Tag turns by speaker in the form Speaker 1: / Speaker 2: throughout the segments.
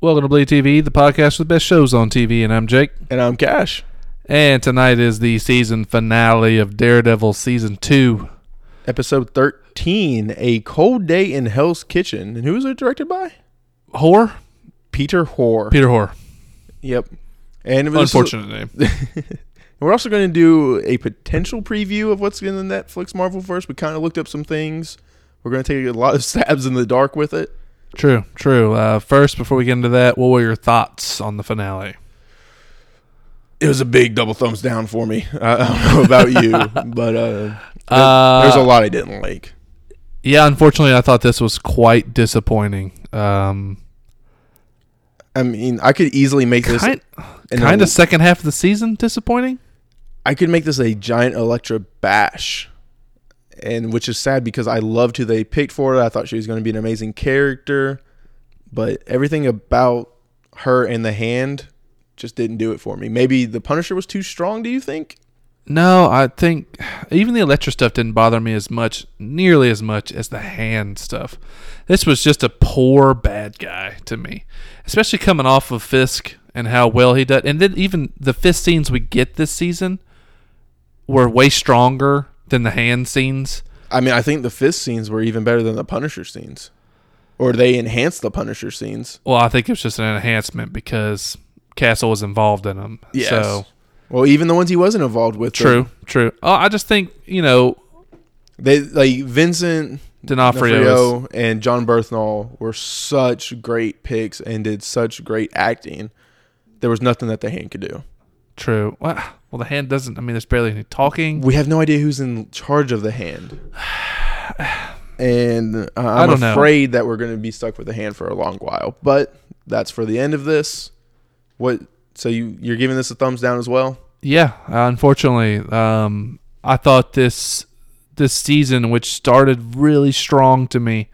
Speaker 1: Welcome to Bleed TV, the podcast with the best shows on TV, and I'm Jake.
Speaker 2: And I'm Cash.
Speaker 1: And tonight is the season finale of Daredevil season two.
Speaker 2: Episode 13 A Cold Day in Hell's Kitchen. And who was it directed by?
Speaker 1: Whore?
Speaker 2: Peter Hoare.
Speaker 1: Peter Whore.
Speaker 2: Yep. And it was
Speaker 1: Unfortunate name.
Speaker 2: we're also going to do a potential preview of what's in the Netflix Marvel first. We kind of looked up some things. We're going to take a lot of stabs in the dark with it.
Speaker 1: True, true. Uh, first, before we get into that, what were your thoughts on the finale?
Speaker 2: It was a big double thumbs down for me. I I don't know about you, but uh, there-
Speaker 1: Uh,
Speaker 2: there's a lot I didn't like.
Speaker 1: Yeah, unfortunately, I thought this was quite disappointing. Um,
Speaker 2: I mean, I could easily make this
Speaker 1: kind
Speaker 2: an
Speaker 1: kind
Speaker 2: el-
Speaker 1: of second half of the season disappointing.
Speaker 2: I could make this a giant Electra bash, and which is sad because I loved who they picked for it. I thought she was going to be an amazing character, but everything about her and the hand just didn't do it for me. Maybe the Punisher was too strong. Do you think?
Speaker 1: No, I think even the Electra stuff didn't bother me as much, nearly as much as the hand stuff. This was just a poor bad guy to me, especially coming off of Fisk and how well he does. And then even the Fisk scenes we get this season were way stronger than the hand scenes.
Speaker 2: I mean, I think the fist scenes were even better than the Punisher scenes, or they enhanced the Punisher scenes.
Speaker 1: Well, I think it was just an enhancement because Castle was involved in them. So
Speaker 2: Well, even the ones he wasn't involved with. the-
Speaker 1: true, true. Oh, I just think you know
Speaker 2: They like Vincent
Speaker 1: D'Onofrio. is-
Speaker 2: D'Onofrio and John Berthnall were such great picks and did such great acting. There was nothing that the hand could do.
Speaker 1: True. Well, well, the hand doesn't. I mean, there's barely any talking.
Speaker 2: We have no idea who's in charge of the hand. And uh, I'm
Speaker 1: don't know.
Speaker 2: afraid that we're going to be stuck with the hand for a long while. But that's for the end of this. What? So you you're giving this a thumbs down as well?
Speaker 1: Yeah, uh, unfortunately, um, I thought this this season, which started really strong to me,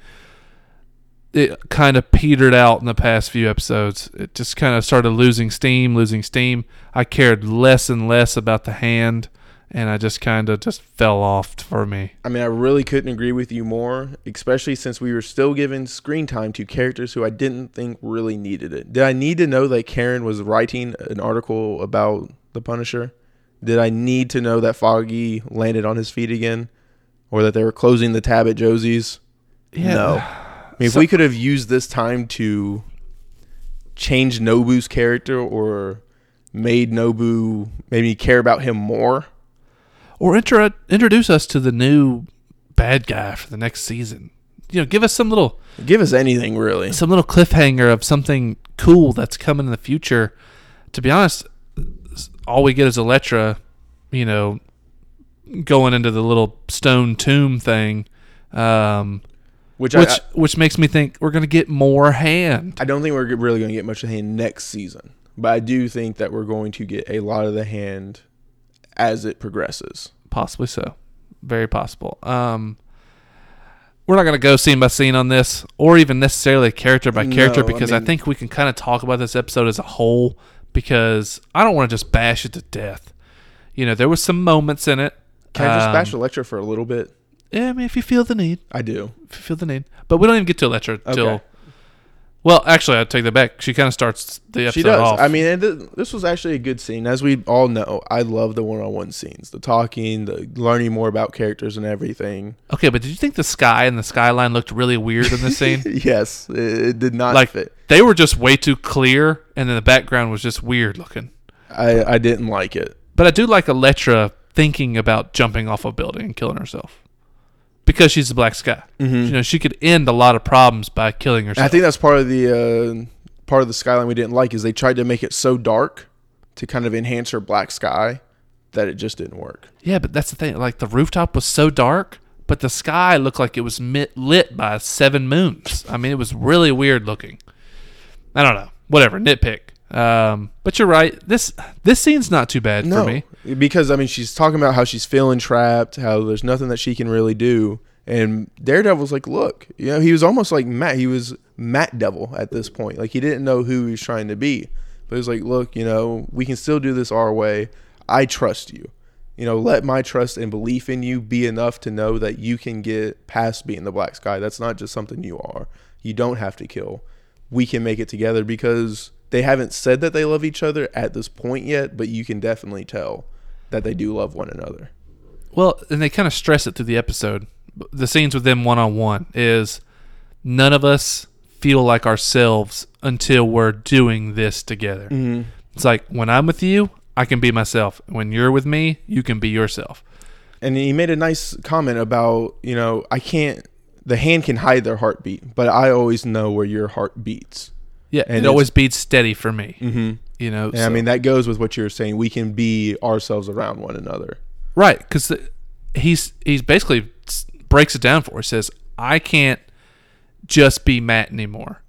Speaker 1: it kind of petered out in the past few episodes. It just kind of started losing steam, losing steam. I cared less and less about the hand, and I just kind of just fell off for me.
Speaker 2: I mean, I really couldn't agree with you more, especially since we were still giving screen time to characters who I didn't think really needed it. Did I need to know that Karen was writing an article about the Punisher? Did I need to know that Foggy landed on his feet again? Or that they were closing the tab at Josie's?
Speaker 1: Yeah.
Speaker 2: No. I mean, if
Speaker 1: So-
Speaker 2: we could have used this time to change Nobu's character or made Nobu maybe care about him more,
Speaker 1: Or intro- introduce us to the new bad guy for the next season. You know, give us some little
Speaker 2: give us anything really.
Speaker 1: some little cliffhanger of something cool that's coming in the future. To be honest, all we get is Electra, you know, going into the little stone tomb thing, um,
Speaker 2: Which,
Speaker 1: which
Speaker 2: I,
Speaker 1: which makes me think we're gonna get more hand.
Speaker 2: I don't think we're g- really going to get much of the hand next season, but I do think that we're going to get a lot of the hand as it progresses.
Speaker 1: Possibly so, very possible. Um, we're not gonna go scene by scene on this, or even necessarily character by character,
Speaker 2: No, I
Speaker 1: because I,
Speaker 2: mean-
Speaker 1: think we can kind of talk about this episode as a whole. Because I don't want to just bash it to death. You know, there was some moments in it.
Speaker 2: Can I just
Speaker 1: um,
Speaker 2: bash Electra for a little bit?
Speaker 1: Yeah, I mean, if you feel the need,
Speaker 2: I do.
Speaker 1: if you feel the need. But we don't even get to Electra till.
Speaker 2: Okay.
Speaker 1: Well, actually, I take that back. She kind of starts the episode
Speaker 2: She does.
Speaker 1: off.
Speaker 2: I mean, and th- this was actually a good scene. As we all know, I love the one-on-one scenes, the talking, the learning more about characters and everything.
Speaker 1: okay, but did you think the sky and the skyline looked really weird in this scene?
Speaker 2: yes, it, it did not
Speaker 1: like
Speaker 2: fit.
Speaker 1: they were just way too clear, and then the background was just weird looking.
Speaker 2: I, I didn't like it.
Speaker 1: But I do like Electra thinking about jumping off a building and killing herself because she's the Black Sky. You know, she could end a lot of problems by killing herself.
Speaker 2: Mm-hmm. I think that's part of the uh, part of the skyline we didn't like is they tried to make it so dark to kind of enhance her black sky that it just didn't work.
Speaker 1: Yeah, but that's the thing. Like the rooftop was so dark, but the sky looked like it was mit- lit by seven moons. I mean, it was really weird looking. I don't know. Whatever, nitpick. Um, but you're right. This this scene's not too bad
Speaker 2: No,
Speaker 1: for me.
Speaker 2: because I mean she's talking about how she's feeling trapped, how there's nothing that she can really do, and Daredevil's like, look, you know, he was almost like Matt. He was Matt Devil at this point. Like he didn't know who he was trying to be, but he was like, look, you know, we can still do this our way. I trust you. You know, let my trust and belief in you be enough to know that you can get past being the Black Sky. That's not just something you are. You don't have to kill. we can make it together because they haven't said that they love each other at this point yet, but you can definitely tell that they do love one another.
Speaker 1: Well, and they kind of stress it through the episode. The scenes with them one on one is none of us feel like ourselves until we're doing this together.
Speaker 2: Mm-hmm.
Speaker 1: It's like when I'm with you, I can be myself. When you're with me, you can be yourself.
Speaker 2: And he made a nice comment about, you know, I can't, the hand can hide their heartbeat, but I always know where your heart beats.
Speaker 1: Yeah,
Speaker 2: And
Speaker 1: it
Speaker 2: it's-
Speaker 1: always beats steady for me.
Speaker 2: Mm-hmm.
Speaker 1: You know,
Speaker 2: And I mean, that goes with what you were saying. We can be ourselves around one another.
Speaker 1: Right, because he's he's basically s- breaks it down for. He says, "I can't just be Matt anymore.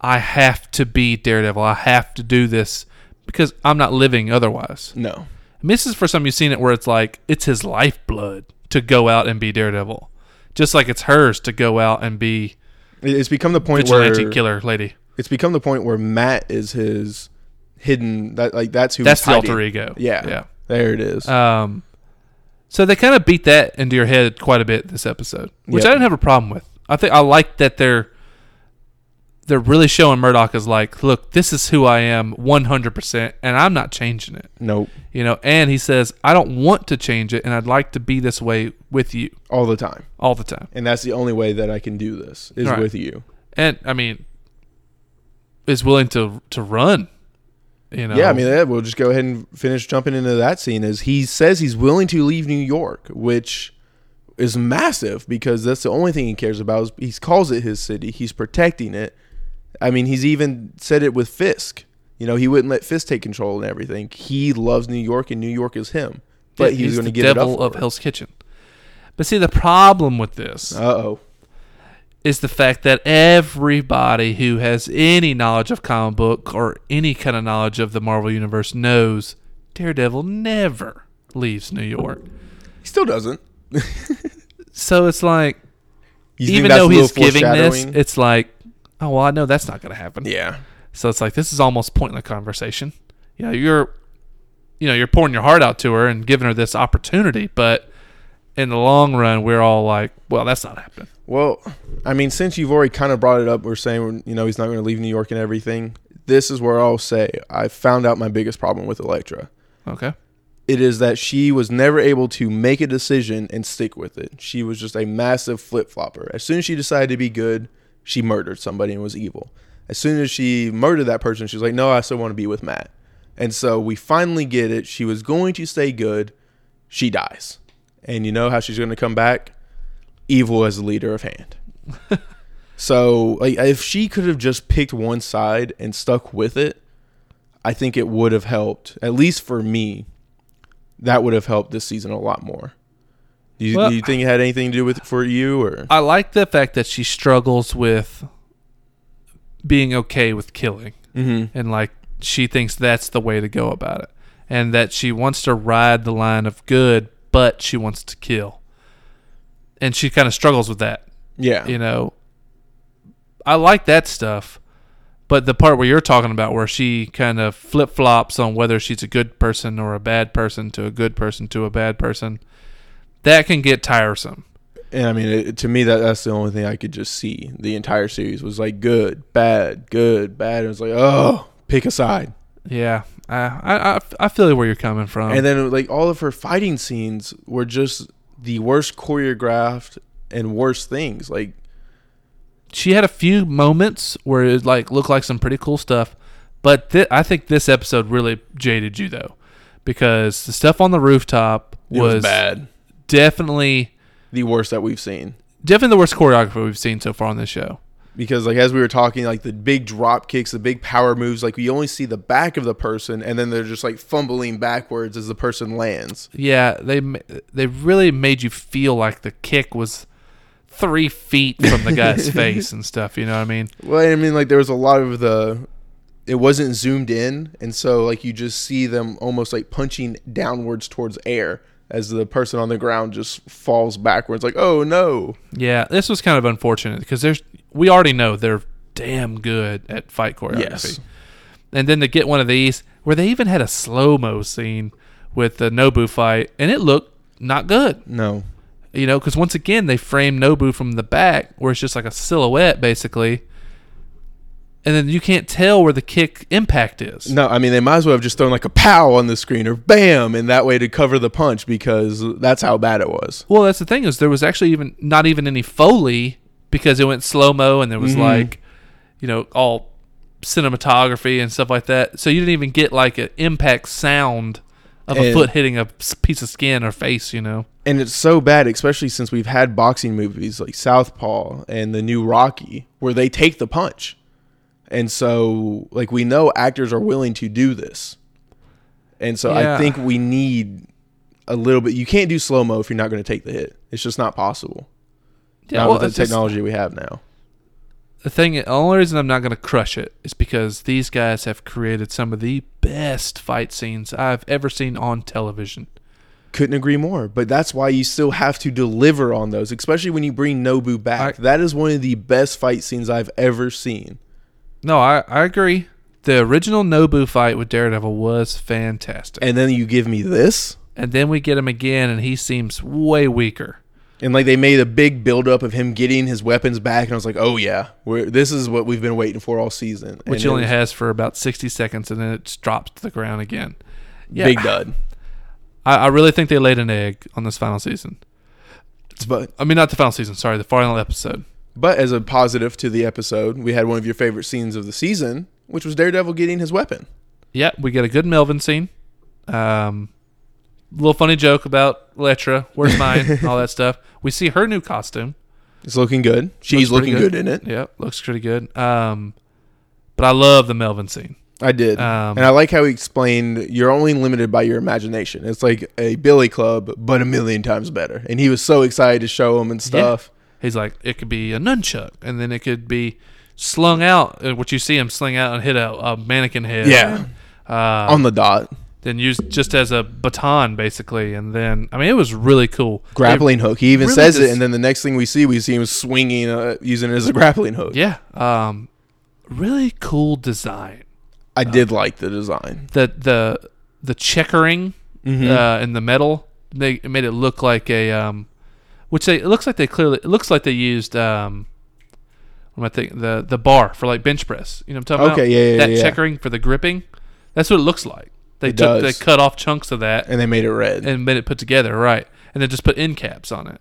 Speaker 1: I have to be Daredevil. I have to do this because I'm not living otherwise."
Speaker 2: No.
Speaker 1: And this is for some you've seen it where it's like it's his lifeblood to go out and be Daredevil, just like it's hers to go out and be
Speaker 2: It- It's become the point where
Speaker 1: vigilante killer lady.
Speaker 2: it's become the point where Matt is his hidden that like that's who
Speaker 1: That's
Speaker 2: he's
Speaker 1: the
Speaker 2: hiding.
Speaker 1: alter ego.
Speaker 2: Yeah.
Speaker 1: yeah.
Speaker 2: There it is.
Speaker 1: Um, so they kind of beat that into your head quite a bit this episode, which
Speaker 2: Yep.
Speaker 1: I didn't have a problem with. I think I like that they're they're really showing Murdoch is like, look, this is who I am, one hundred percent, and I'm not changing it.
Speaker 2: nope.
Speaker 1: You know, and he says, I don't want to change it, and I'd like to be this way with you
Speaker 2: All the time.
Speaker 1: all the time.
Speaker 2: And that's the only way that I can do this is
Speaker 1: Right.
Speaker 2: with you.
Speaker 1: And I mean, is willing to to run. You know,
Speaker 2: Yeah, I mean, yeah, we'll just go ahead and finish jumping into that scene. Is he says he's willing to leave New York, which is massive because that's the only thing he cares about. Is he calls it his city. He's protecting it. I mean, he's even said it with Fisk. You know, he wouldn't let Fisk take control and everything. He loves New York, and New York is him. But he's, going to
Speaker 1: the
Speaker 2: give
Speaker 1: devil
Speaker 2: it up.
Speaker 1: of Hell's Kitchen. But see, the problem with this
Speaker 2: Uh oh.
Speaker 1: is the fact that everybody who has any knowledge of comic book or any kind of knowledge of the Marvel universe knows Daredevil never leaves New York.
Speaker 2: He still doesn't.
Speaker 1: So it's like
Speaker 2: You think
Speaker 1: even
Speaker 2: that's
Speaker 1: though
Speaker 2: a little
Speaker 1: he's giving this,
Speaker 2: foreshadowing?
Speaker 1: it's like oh well I know that's not going to happen.
Speaker 2: yeah,
Speaker 1: So it's like this is almost pointless conversation. You know, you're you know, you're pouring your heart out to her and giving her this opportunity, but in the long run we're all like, well, that's not happening.
Speaker 2: Well, I mean, since you've already kind of brought it up, we're saying you know he's not going to leave New York and everything. This is where I'll say I found out my biggest problem with Elektra.
Speaker 1: Okay.
Speaker 2: It is that she was never able to make a decision and stick with it. She was just a massive flip flopper. As soon as she decided to be good, she murdered somebody and was evil. As soon as she murdered that person, she was like, "No, I still want to be with Matt." And so we finally get it. She was going to stay good. She dies, and you know how she's going to come back? Evil as the leader of hand. So like, if she could have just picked one side and stuck with it, I think it would have helped. At least for me, that would have helped this season a lot more. Do you,
Speaker 1: Well-
Speaker 2: do you think it had anything to do with for you or
Speaker 1: I like the fact that she struggles with being okay with killing
Speaker 2: Mhm.
Speaker 1: and like she thinks that's the way to go about it and that she wants to ride the line of good but she wants to kill and she kind of struggles with that
Speaker 2: yeah?
Speaker 1: you know i like that stuff but the part where you're talking about where she kind of flip-flops on whether she's a good person or a bad person to a good person to a bad person that can get tiresome
Speaker 2: And I mean, it, to me, that that's the only thing I could just see. The entire series was like good, bad, good, bad. It was like, oh, pick a side.
Speaker 1: Yeah, I I I- I feel where you're coming from.
Speaker 2: and then like all of her fighting scenes were just the worst choreographed and worst things. Like
Speaker 1: she had a few moments where it like looked like some pretty cool stuff, but thi I think this episode really jaded you though, because the stuff on the rooftop
Speaker 2: it
Speaker 1: was,
Speaker 2: was bad.
Speaker 1: definitely
Speaker 2: the worst that we've seen.
Speaker 1: definitely the worst choreography we've seen so far on this show.
Speaker 2: Because like as we were talking, like the big drop kicks, the big power moves, like we only see the back of the person, and then they're just like fumbling backwards as the person lands.
Speaker 1: Yeah, they ma- they really made you feel like the kick was three feet from the guy's face and stuff. You know what I mean?
Speaker 2: Well, I mean, like there was a lot of the, it wasn't zoomed in, and so like you just see them almost like punching downwards towards air as the person on the ground just falls backwards. Like, oh no,
Speaker 1: Yeah, this was kind of unfortunate because there's we already know they're damn good at fight choreography.
Speaker 2: Yes.
Speaker 1: And then to get one of these where they even had a slow mo scene with the Nobu fight, and it looked not good,
Speaker 2: no,
Speaker 1: you know, because once again they framed Nobu from the back, where it's just like a silhouette basically, and then you can't tell where the kick impact is.
Speaker 2: No, I mean they might as well have just thrown like a pow on the screen or bam, and that way to cover the punch because that's how bad it was.
Speaker 1: Well, that's the thing is there was actually even not even any foley because it went slow mo and there
Speaker 2: Mm-hmm.
Speaker 1: was like, you know, all cinematography and stuff like that. So you didn't even get like an impact sound of a
Speaker 2: And-
Speaker 1: foot hitting a s- piece of skin or face. You know,
Speaker 2: And it's so bad, especially since we've had boxing movies like Southpaw and the new Rocky, where they take the punch. And so, like, we know actors are willing to do this. And so,
Speaker 1: Yeah.
Speaker 2: I think we need a little bit. You can't do slow mo if you're not going to take the hit. It's just not possible. not
Speaker 1: well,
Speaker 2: with
Speaker 1: it's
Speaker 2: the
Speaker 1: just-
Speaker 2: technology we have now.
Speaker 1: the thing the only reason i'm not going to crush it is because these guys have created some of the best fight scenes i've ever seen on television
Speaker 2: Couldn't agree more. But that's why you still have to deliver on those, especially when you bring Nobu back.
Speaker 1: I-
Speaker 2: that is one of the best fight scenes I've ever seen.
Speaker 1: no i, I agree the original nobu fight with daredevil was fantastic
Speaker 2: And then you give me this.
Speaker 1: and then we get him again and he seems way weaker
Speaker 2: And like they made a big buildup of him getting his weapons back, and I was like, "Oh yeah, we're, this is what we've been waiting for all season."
Speaker 1: which
Speaker 2: and
Speaker 1: he
Speaker 2: it
Speaker 1: only
Speaker 2: was
Speaker 1: has for about 60 seconds and then it just drops to the ground again yeah
Speaker 2: big dud.
Speaker 1: I, I really think they laid an egg on this final season
Speaker 2: But
Speaker 1: i mean not the final season sorry the final episode
Speaker 2: but as a positive to the episode, we had one of your favorite scenes of the season, which was Daredevil getting his weapon.
Speaker 1: Yeah, we get a good Melvin scene. Um, little funny joke about Letra, where's mine, all that stuff. We see her new costume.
Speaker 2: It's looking good. She's
Speaker 1: Looks pretty
Speaker 2: looking good. in it.
Speaker 1: Yeah, looks pretty good. Um, but I love the Melvin scene.
Speaker 2: I did,
Speaker 1: Um,
Speaker 2: and I like how he explained you're only limited by your imagination. It's like a Billy Club, but a million times better. And he was so excited to show him and stuff.
Speaker 1: He's like, it could be a nunchuck, and then it could be slung out, uh, which you see him sling out and hit a, a mannequin head.
Speaker 2: Yeah.
Speaker 1: Uh,
Speaker 2: On the dot,
Speaker 1: then used just as a baton, basically. And then, I mean, it was really cool.
Speaker 2: grappling hook. He even
Speaker 1: really
Speaker 2: says it,
Speaker 1: just-
Speaker 2: and then the next thing we see, we see him swinging, uh, using it as a grappling hook.
Speaker 1: Yeah. Um, really cool design.
Speaker 2: I did like the design.
Speaker 1: the the the checkering
Speaker 2: Mm-hmm.
Speaker 1: uh, in the metal they it made it look like a um which they it looks like they clearly it looks like they used um what am I thinking the the bar for like bench press you know what I'm talking
Speaker 2: Okay, yeah, yeah,
Speaker 1: about that
Speaker 2: yeah.
Speaker 1: checkering for the gripping that's what it looks like they
Speaker 2: It
Speaker 1: took
Speaker 2: does.
Speaker 1: they cut off chunks of that
Speaker 2: And they made it red.
Speaker 1: and made it put together right and then just put end caps on it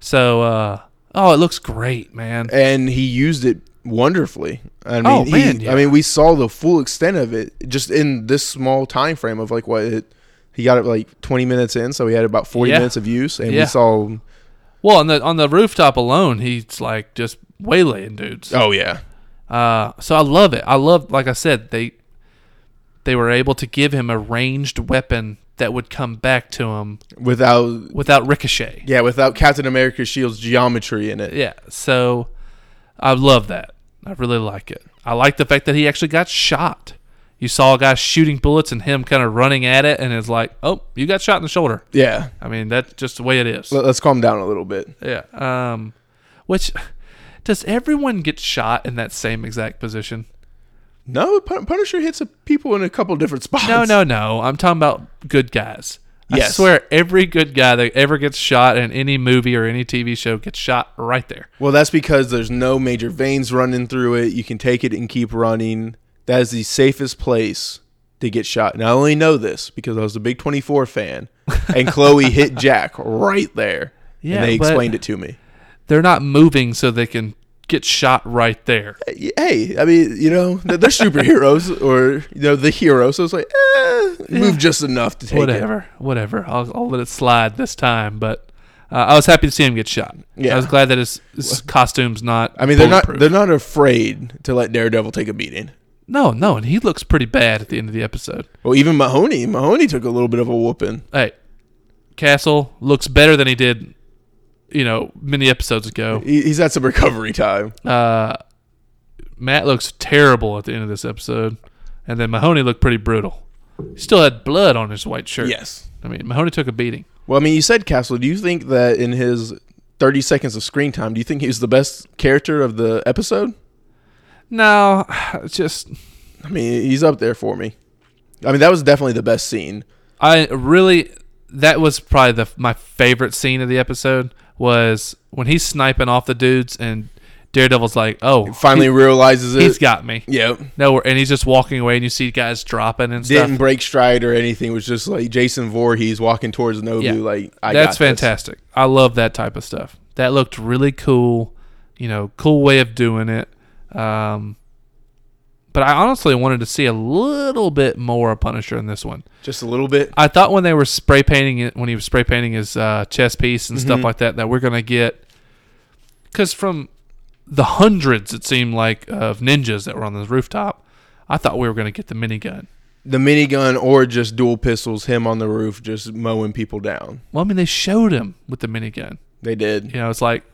Speaker 1: so uh oh it looks great man
Speaker 2: and he used it wonderfully. I mean,
Speaker 1: Oh,
Speaker 2: he-
Speaker 1: man, yeah.
Speaker 2: I mean, we saw the full extent of it just in this small time frame of like what it, he got it like 20 minutes in, so he had about 40
Speaker 1: Yeah.
Speaker 2: minutes of use, and
Speaker 1: Yeah.
Speaker 2: we saw.
Speaker 1: well on the on the rooftop alone he's like just waylaying dudes
Speaker 2: Oh yeah,
Speaker 1: Uh, so I love it. I love, like I said, they they were able to give him a ranged weapon that would come back to him
Speaker 2: without
Speaker 1: without ricochet.
Speaker 2: yeah without Captain America's shield's geometry in it.
Speaker 1: Yeah. So I love that. I really like it. I like the fact that he actually got shot. You saw a guy shooting bullets and him kind of running at it, and it's like, oh, you got shot in the shoulder.
Speaker 2: Yeah,
Speaker 1: I mean, that's just the way it is.
Speaker 2: Let- let's calm down a little bit.
Speaker 1: Yeah. Um, which does everyone get shot in that same exact position?
Speaker 2: No, Pun- Punisher hits a- people in a couple different spots.
Speaker 1: No, no, no. I'm talking about good guys. I
Speaker 2: Yes.
Speaker 1: swear, every good guy that ever gets shot in any movie or any TV show gets shot right there.
Speaker 2: Well, that's because there's no major veins running through it. You can take it and keep running. That is the safest place to get shot. And I only know this because I was a big 24 fan, and Chloe hit Jack right there.
Speaker 1: Yeah,
Speaker 2: and they
Speaker 1: but-
Speaker 2: explained it to me.
Speaker 1: They're not moving so they can get shot right there.
Speaker 2: Hey, I mean, you know, they're, they're superheroes or you know the hero. So it's like, eh, move just enough to take it.
Speaker 1: whatever, whatever. I'll, I'll let it slide this time. But uh, I was happy to see him get shot.
Speaker 2: Yeah.
Speaker 1: I was glad that his, his costume's not.
Speaker 2: I mean, they're not
Speaker 1: bulletproof.
Speaker 2: they're not afraid to let Daredevil take a beating.
Speaker 1: no, no, and he looks pretty bad at the end of the episode.
Speaker 2: Well, even Mahoney, Mahoney took a little bit of a whooping.
Speaker 1: Hey, Castle looks better than he did, you know, many episodes ago.
Speaker 2: He, he's had some recovery time.
Speaker 1: Uh, Matt looks terrible at the end of this episode, and then Mahoney looked pretty brutal. He still had blood on his white shirt.
Speaker 2: Yes.
Speaker 1: I mean Mahoney took a beating.
Speaker 2: Well, I mean, you said Castle. Do you think that in his 30 seconds of screen time, do you think he was the best character of the episode?
Speaker 1: No, it's just
Speaker 2: I mean, he's up there for me. I mean, that was definitely the best scene.
Speaker 1: I really that was probably the my favorite scene of the episode was when he's sniping off the dudes and Daredevil's like, oh,
Speaker 2: Finally realizes it.
Speaker 1: he's got me.
Speaker 2: Yep.
Speaker 1: Nowhere, and he's just walking away, and you see guys dropping and stuff.
Speaker 2: Didn't break stride or anything. It was just like Jason Voorhees walking towards Nobu.
Speaker 1: Yeah.
Speaker 2: Like I
Speaker 1: That's
Speaker 2: got this.
Speaker 1: fantastic. I love that type of stuff. That looked really cool. You know, cool way of doing it. Um, but I honestly wanted to see a little bit more of Punisher in this one.
Speaker 2: Just a little bit.
Speaker 1: I thought when they were spray painting it, when he was spray painting his uh, chest piece and
Speaker 2: Mm-hmm.
Speaker 1: stuff like that, that we're gonna get because from the hundreds it seemed like of ninjas that were on this rooftop, I thought we were gonna get the minigun.
Speaker 2: The minigun or just dual pistols. Him on the roof, just mowing people down.
Speaker 1: Well, I mean they showed him with the minigun.
Speaker 2: They did.
Speaker 1: You know, it's like,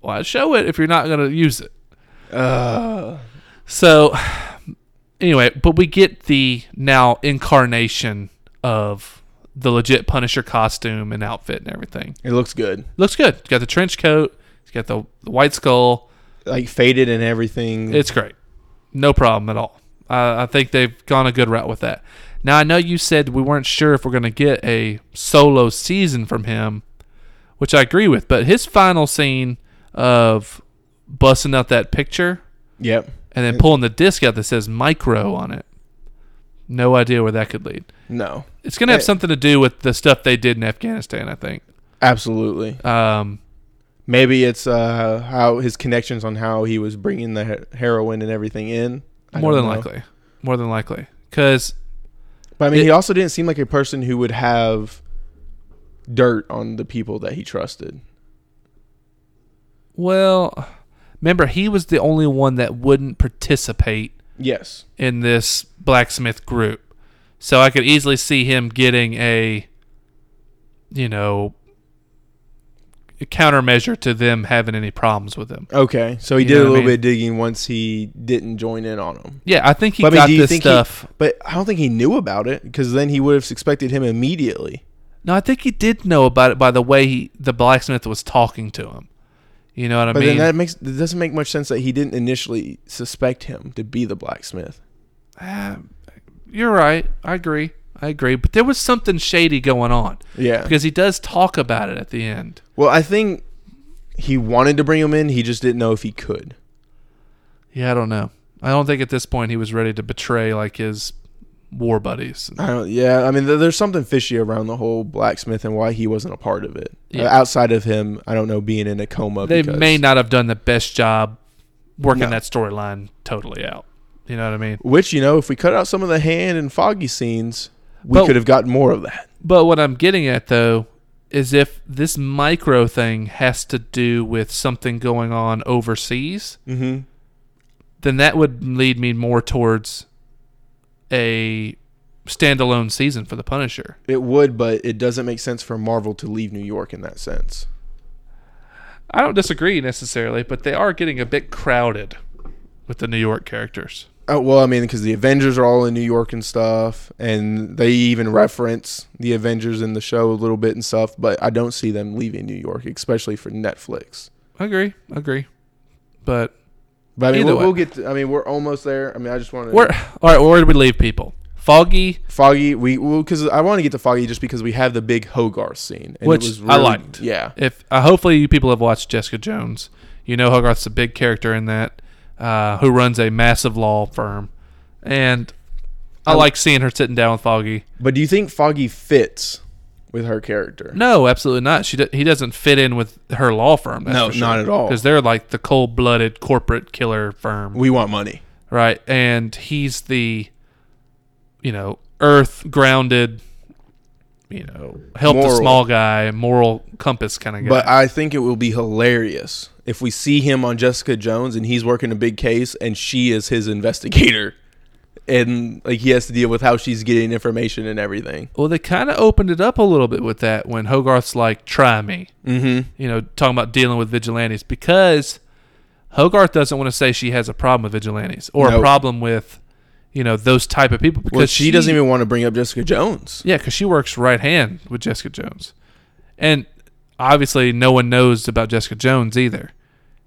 Speaker 1: why show it if you're not gonna use it?
Speaker 2: Uh,
Speaker 1: So anyway, but we get the now incarnation of the legit Punisher costume and outfit and everything.
Speaker 2: it looks good.
Speaker 1: Looks good. He's got the trench coat. He's got the, the white skull.
Speaker 2: Like faded and everything.
Speaker 1: It's great. No problem at all. I I think they've gone a good route with that. Now, I know you said we weren't sure if we're going to get a solo season from him, which I agree with, but his final scene of busting out that picture
Speaker 2: yep.
Speaker 1: and then pulling the disc out that says micro on it, no idea where that could lead.
Speaker 2: No.
Speaker 1: It's going to have
Speaker 2: Yeah.
Speaker 1: something to do with the stuff they did in Afghanistan, I think.
Speaker 2: Absolutely.
Speaker 1: Um,
Speaker 2: Maybe it's uh, how his connections on how he was bringing the he- heroin and everything in. I
Speaker 1: more
Speaker 2: don't
Speaker 1: than
Speaker 2: know.
Speaker 1: likely. More than likely. Because
Speaker 2: But I mean,
Speaker 1: It-
Speaker 2: he also didn't seem like a person who would have dirt on the people that he trusted.
Speaker 1: Well, remember he was the only one that wouldn't participate
Speaker 2: Yes.
Speaker 1: in this blacksmith group. So I could easily see him getting a you know a countermeasure to them having any problems with him.
Speaker 2: Okay. So he
Speaker 1: You
Speaker 2: did
Speaker 1: know
Speaker 2: a
Speaker 1: what I
Speaker 2: little
Speaker 1: mean?
Speaker 2: bit of digging once he didn't join in on them.
Speaker 1: Yeah, I think he
Speaker 2: But I mean,
Speaker 1: got
Speaker 2: do you
Speaker 1: this
Speaker 2: think he-
Speaker 1: stuff.
Speaker 2: But I don't think he knew about it because then he would have suspected him immediately.
Speaker 1: no, I think he did know about it by the way he, the blacksmith was talking to him. You know what I
Speaker 2: But
Speaker 1: mean?
Speaker 2: then that makes it doesn't make much sense that he didn't initially suspect him to be the blacksmith.
Speaker 1: Ah, you're right. I agree. I agree. But there was something shady going on
Speaker 2: Yeah.
Speaker 1: because he does talk about it at the end.
Speaker 2: well, I think he wanted to bring him in. He just didn't know if he could.
Speaker 1: Yeah, I don't know. I don't think at this point he was ready to betray like his war buddies.
Speaker 2: I don't. Yeah, I mean, there, there's something fishy around the whole blacksmith and why he wasn't a part of it.
Speaker 1: Yeah.
Speaker 2: Uh, outside of him, I don't know being in a coma.
Speaker 1: They
Speaker 2: because-
Speaker 1: may not have done the best job working
Speaker 2: No.
Speaker 1: that storyline totally out. You know what I mean?
Speaker 2: Which you know, if we cut out some of the hand and foggy scenes, we
Speaker 1: But-
Speaker 2: could have gotten more of that.
Speaker 1: But what I'm getting at though is if this micro thing has to do with something going on overseas,
Speaker 2: Mm-hmm.
Speaker 1: then that would lead me more towards a standalone season for the Punisher.
Speaker 2: It would, but it doesn't make sense for Marvel to leave New York in that sense.
Speaker 1: I don't disagree necessarily, but they are getting a bit crowded with the New York characters.
Speaker 2: Oh, well, I mean, because the Avengers are all in New York and stuff, and they even reference the Avengers in the show a little bit and stuff. But I don't see them leaving New York, especially for Netflix.
Speaker 1: Agree, agree. But
Speaker 2: But I mean,
Speaker 1: Either
Speaker 2: we'll,
Speaker 1: way.
Speaker 2: we'll get. To, I mean, we're almost there. I mean, I just want to.
Speaker 1: where all right, where do we leave people? Foggy,
Speaker 2: Foggy, we well, because I want to get to Foggy just because we have the big Hogarth scene, and
Speaker 1: Which I liked.
Speaker 2: Yeah,
Speaker 1: if uh, hopefully you people have watched Jessica Jones. You know Hogarth's a big character in that, uh, who runs a massive law firm, and I,
Speaker 2: I-
Speaker 1: like seeing her sitting down with Foggy.
Speaker 2: but do you think Foggy fits with her character?
Speaker 1: No, absolutely not. She do, he doesn't fit in with her law firm. That's
Speaker 2: No,
Speaker 1: for sure.
Speaker 2: not at all.
Speaker 1: Because they're like the cold-blooded corporate killer firm.
Speaker 2: We want money.
Speaker 1: right? And he's the, you know, earth grounded, you know, help the
Speaker 2: Moral.
Speaker 1: small guy, moral compass kind of guy.
Speaker 2: But I think it will be hilarious if we see him on Jessica Jones and he's working a big case and she is his investigator. And like he has to deal with how she's getting information and everything.
Speaker 1: well, they kind of opened it up a little bit with that when Hogarth's like, "Try me,"
Speaker 2: Mm-hmm.
Speaker 1: you know, talking about dealing with vigilantes because Hogarth doesn't want to say she has a problem with vigilantes or a
Speaker 2: No.
Speaker 1: problem with, you know, those type of people because
Speaker 2: Well, she, doesn't even want to bring up Jessica Jones.
Speaker 1: Yeah, because she works right hand with Jessica Jones, and obviously no one knows about Jessica Jones either.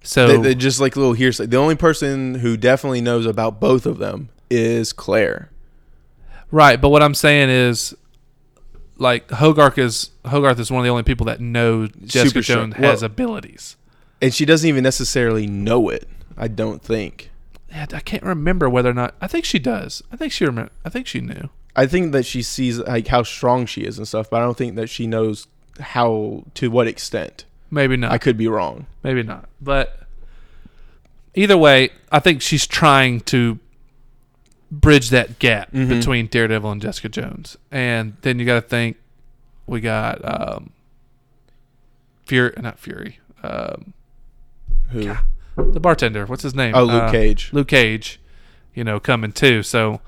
Speaker 1: So
Speaker 2: They, they just like little hearsay. The only person who definitely knows about both of them is Claire.
Speaker 1: Right, but what I'm saying is, like Hogarth is Hogarth is one of the only people that knows Jessica
Speaker 2: Super strong.
Speaker 1: Jones has
Speaker 2: Well-
Speaker 1: abilities.
Speaker 2: and she doesn't even necessarily know it. I don't think.
Speaker 1: Yeah, I can't remember whether or not. I think she does. I think she remember. I think she knew.
Speaker 2: I think that she sees like how strong she is and stuff, but I don't think that she knows how to what extent.
Speaker 1: Maybe not.
Speaker 2: I could be wrong.
Speaker 1: Maybe not. But either way, I think she's trying to bridge that gap
Speaker 2: Mm-hmm.
Speaker 1: between Daredevil and Jessica Jones. And then you got to think we got um, Fury, not Fury, um,
Speaker 2: Who?
Speaker 1: the bartender. What's his name?
Speaker 2: Oh, Luke
Speaker 1: Uh,
Speaker 2: Cage.
Speaker 1: Luke Cage, you know, coming too. So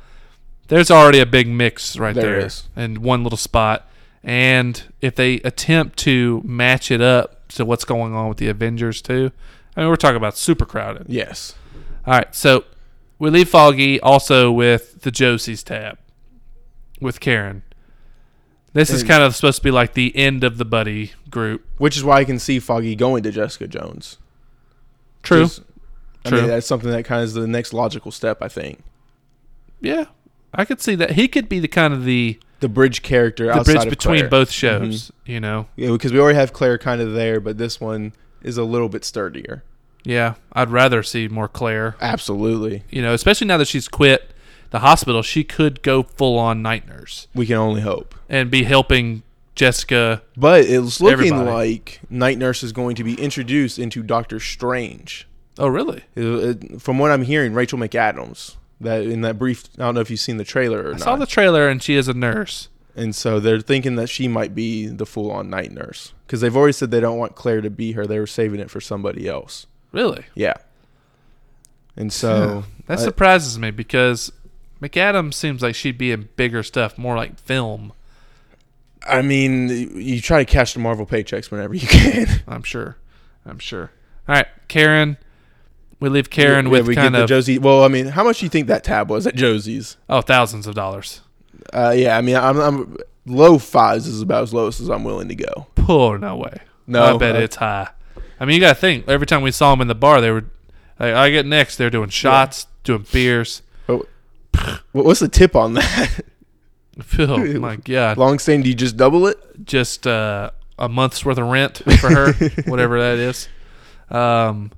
Speaker 1: there's already a big mix right
Speaker 2: There
Speaker 1: there,
Speaker 2: is.
Speaker 1: in one little spot. And if they attempt to match it up to what's going on with the Avengers too, I mean, we're talking about super crowded.
Speaker 2: Yes.
Speaker 1: All right, so we leave Foggy also with the Josie's tab with Karen. This is
Speaker 2: And-
Speaker 1: kind of supposed to be like the end of the buddy group.
Speaker 2: Which is why I can see Foggy going to Jessica Jones.
Speaker 1: True.
Speaker 2: Just- I
Speaker 1: True.
Speaker 2: mean, that's something that kind of is the next logical step, I think.
Speaker 1: yeah, I could see that. He could be the kind of the
Speaker 2: The bridge character
Speaker 1: the
Speaker 2: outside
Speaker 1: bridge
Speaker 2: of
Speaker 1: between
Speaker 2: Claire. Mm-hmm.
Speaker 1: both shows. You know,
Speaker 2: Yeah, because we already have Claire kind of there, but this one is a little bit sturdier.
Speaker 1: yeah, I'd rather see more Claire.
Speaker 2: Absolutely.
Speaker 1: You know, especially now that she's quit the hospital, she could go full on night nurse
Speaker 2: We can only hope.
Speaker 1: and be helping Jessica.
Speaker 2: But it's looking
Speaker 1: Everybody.
Speaker 2: like Night Nurse is going to be introduced into Doctor Strange.
Speaker 1: Oh, really?
Speaker 2: It- it- from what I'm hearing, Rachel McAdams. That in that brief, I don't know if you've seen the trailer or
Speaker 1: I
Speaker 2: not.
Speaker 1: saw the trailer, and she is a nurse.
Speaker 2: and so they're thinking that she might be the full-on night nurse because they've already said they don't want Claire to be her. They were saving it for somebody else.
Speaker 1: Really?
Speaker 2: Yeah. And so
Speaker 1: That
Speaker 2: I-
Speaker 1: surprises me because McAdams seems like she'd be in bigger stuff, more like film,
Speaker 2: I mean, you try to cash the Marvel paychecks whenever you can.
Speaker 1: I'm sure. I'm sure. All right, Karen. We leave Karen
Speaker 2: Yeah,
Speaker 1: with
Speaker 2: we
Speaker 1: kind
Speaker 2: get the
Speaker 1: of
Speaker 2: Josie. Well, I mean, how much do you think that tab was at Josie's?
Speaker 1: oh thousands of dollars.
Speaker 2: Uh, yeah, I mean, I'm, I'm low fives is about as low as I'm willing to go.
Speaker 1: Poor no way.
Speaker 2: No,
Speaker 1: I bet
Speaker 2: uh,
Speaker 1: it's high. I mean, you gotta think. Every time we saw them in the bar, they were like, "I get next." They're doing shots, doing beers.
Speaker 2: But what- what's the tip on that?
Speaker 1: Oh my god!
Speaker 2: Long stand? Do you just double it?
Speaker 1: Just uh, a month's worth of rent for her, whatever that is. Um,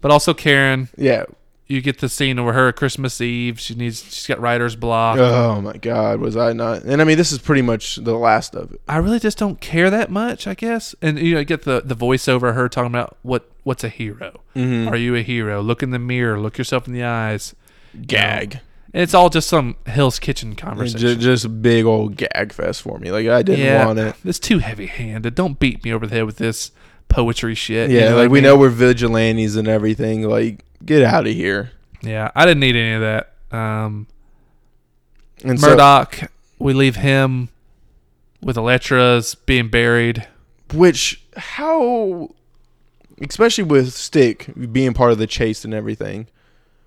Speaker 1: but also Karen.
Speaker 2: Yeah.
Speaker 1: you get the scene where her at Christmas Eve, she needs she's got writer's block.
Speaker 2: Oh my God, was I not? And I mean, this is pretty much the last of it.
Speaker 1: I really just don't care that much, I guess. And you know, you get the the voiceover of her talking about what what's a hero? Are you a hero? Look in the mirror, look yourself in the eyes.
Speaker 2: Gag.
Speaker 1: And it's all just some Hill's Kitchen conversation.
Speaker 2: Just, just a big old gag fest for me. Like I didn't
Speaker 1: yeah,
Speaker 2: want it.
Speaker 1: it's too heavy handed. Don't beat me over the head with this poetry shit.
Speaker 2: Yeah,
Speaker 1: You know what
Speaker 2: like
Speaker 1: I
Speaker 2: we
Speaker 1: mean?
Speaker 2: know we're vigilantes and everything. Like get out of here.
Speaker 1: Yeah, I didn't need any of that. Um,
Speaker 2: And so-
Speaker 1: Murdoch, we leave him with Elektra's being buried.
Speaker 2: which how especially with stick being part of the chase and everything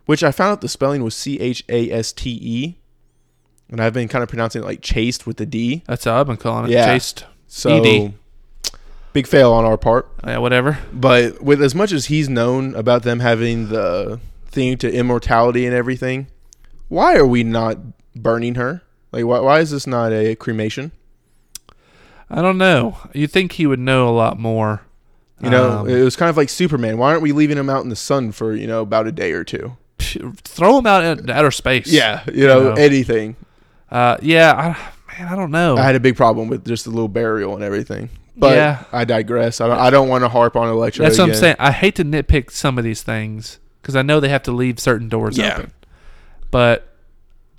Speaker 2: which i found out the spelling was c-h-a-s-t-e E, and i've been kind of pronouncing it like chased with the d
Speaker 1: That's how I've been calling it.
Speaker 2: Yeah.
Speaker 1: Chased.
Speaker 2: so
Speaker 1: ED.
Speaker 2: big fail on our part
Speaker 1: Yeah, whatever.
Speaker 2: but with as much as he's known about them having the thing to immortality and everything why are we not burning her like why, why is this not a cremation
Speaker 1: I don't know. You think he would know a lot more?
Speaker 2: you know
Speaker 1: Um,
Speaker 2: it was kind of like superman why aren't we leaving him out in the sun for you know about a day or two
Speaker 1: psh, throw him out in outer space.
Speaker 2: Yeah, you know,
Speaker 1: know.
Speaker 2: anything.
Speaker 1: Uh, yeah. I, man, I don't know.
Speaker 2: I had a big problem with just the little burial and everything. But
Speaker 1: Yeah.
Speaker 2: I digress. I don't, I don't want to harp on Electra.
Speaker 1: That's what I'm
Speaker 2: again.
Speaker 1: saying. I hate to nitpick some of these things because I know they have to leave certain doors
Speaker 2: Yeah.
Speaker 1: open. But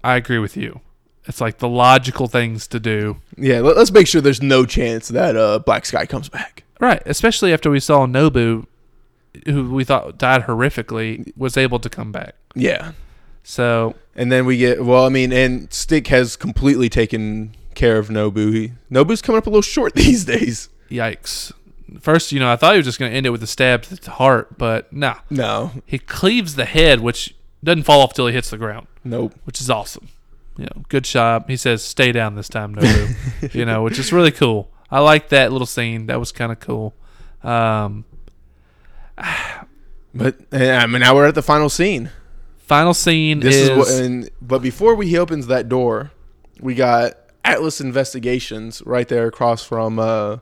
Speaker 1: I agree with you. It's like the logical things to do,
Speaker 2: Yeah, let, us make sure there's no chance that uh, Black Sky comes back.
Speaker 1: right? Especially after we saw Nobu, who we thought died horrifically, was able to come back.
Speaker 2: Yeah.
Speaker 1: So
Speaker 2: And then we get, well, I mean, and Stick has completely taken care of Nobu. He, Nobu's coming up a little short these days.
Speaker 1: Yikes. First, you know, I thought he was just going to end it with a stab to the heart, but nah.
Speaker 2: No.
Speaker 1: He cleaves the head, which doesn't fall off till he hits the ground,
Speaker 2: Nope.
Speaker 1: which is awesome. You know, good job. He says, stay down this time, Nobu, you know, which is really cool. I like that little scene. That was kind of cool. Um,
Speaker 2: But, and, I mean, now we're at the final scene.
Speaker 1: final scene
Speaker 2: This is,
Speaker 1: is,
Speaker 2: what, uh, and, but before we, he opens that door, we got Atlas Investigations right there across from uh,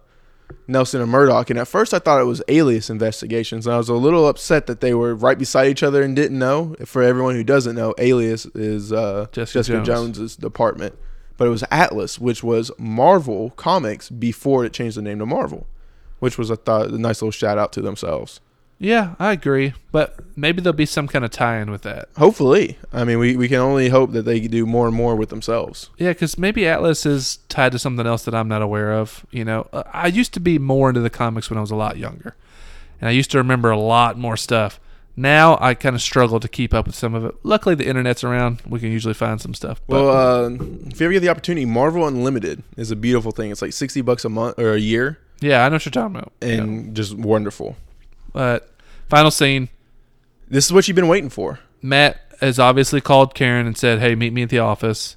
Speaker 2: Nelson and Murdoch. And at first, I thought it was alias investigations. And I was a little upset that they were right beside each other and didn't know. For everyone who doesn't know, alias is uh,
Speaker 1: Jessica
Speaker 2: Jessica,
Speaker 1: Jones.
Speaker 2: Jones's department. But it was Atlas, which was Marvel Comics before it changed the name to Marvel, which was, I thought, a nice little shout out to themselves.
Speaker 1: Yeah, I agree. But maybe there'll be some kind of tie in with that.
Speaker 2: Hopefully. I mean, we, we can only hope that they do more and more with themselves.
Speaker 1: Yeah, because maybe Atlas is tied to something else that I'm not aware of. You know, Uh, I used to be more into the comics when I was a lot younger, and I used to remember a lot more stuff. Now I kind of struggle to keep up with some of it. Luckily, the internet's around; we can usually find some stuff. But
Speaker 2: Well, uh, if you ever get the opportunity, Marvel Unlimited is a beautiful thing. It's like 60 bucks a month or a year
Speaker 1: yeah, I know what you're talking about. Yeah.
Speaker 2: and just wonderful.
Speaker 1: But final scene,
Speaker 2: This is what you've been waiting for.
Speaker 1: Matt has obviously called Karen and said, "Hey, meet me at the office."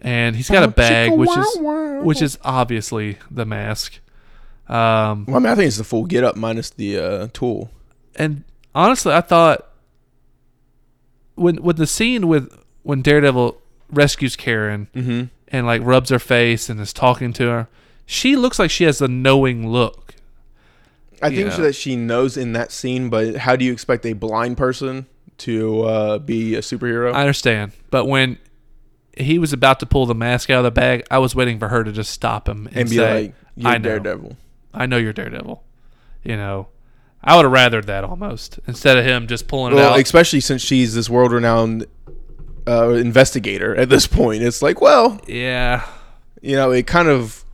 Speaker 1: And he's got a bag, which is which is obviously the mask. Um,
Speaker 2: Well, I, mean, I think it's the full get up minus the uh, tool.
Speaker 1: and honestly, I thought when when the scene with when Daredevil rescues Karen
Speaker 2: Mm-hmm.
Speaker 1: and like rubs her face and is talking to her, she looks like she has a knowing look.
Speaker 2: I
Speaker 1: Yeah.
Speaker 2: think so that she knows in that scene, but how do you expect a blind person to uh, be a superhero?
Speaker 1: I understand, but when he was about to pull the mask out of the bag, I was waiting for her to just stop him and,
Speaker 2: and be
Speaker 1: say,
Speaker 2: like, "You're
Speaker 1: "I know,
Speaker 2: Daredevil."
Speaker 1: I know you're Daredevil." You know, I would have rathered that almost instead of him just pulling it
Speaker 2: Well,
Speaker 1: out.
Speaker 2: especially since she's this world renowned uh, investigator at this point. It's like, well,
Speaker 1: yeah,
Speaker 2: you know, it kind of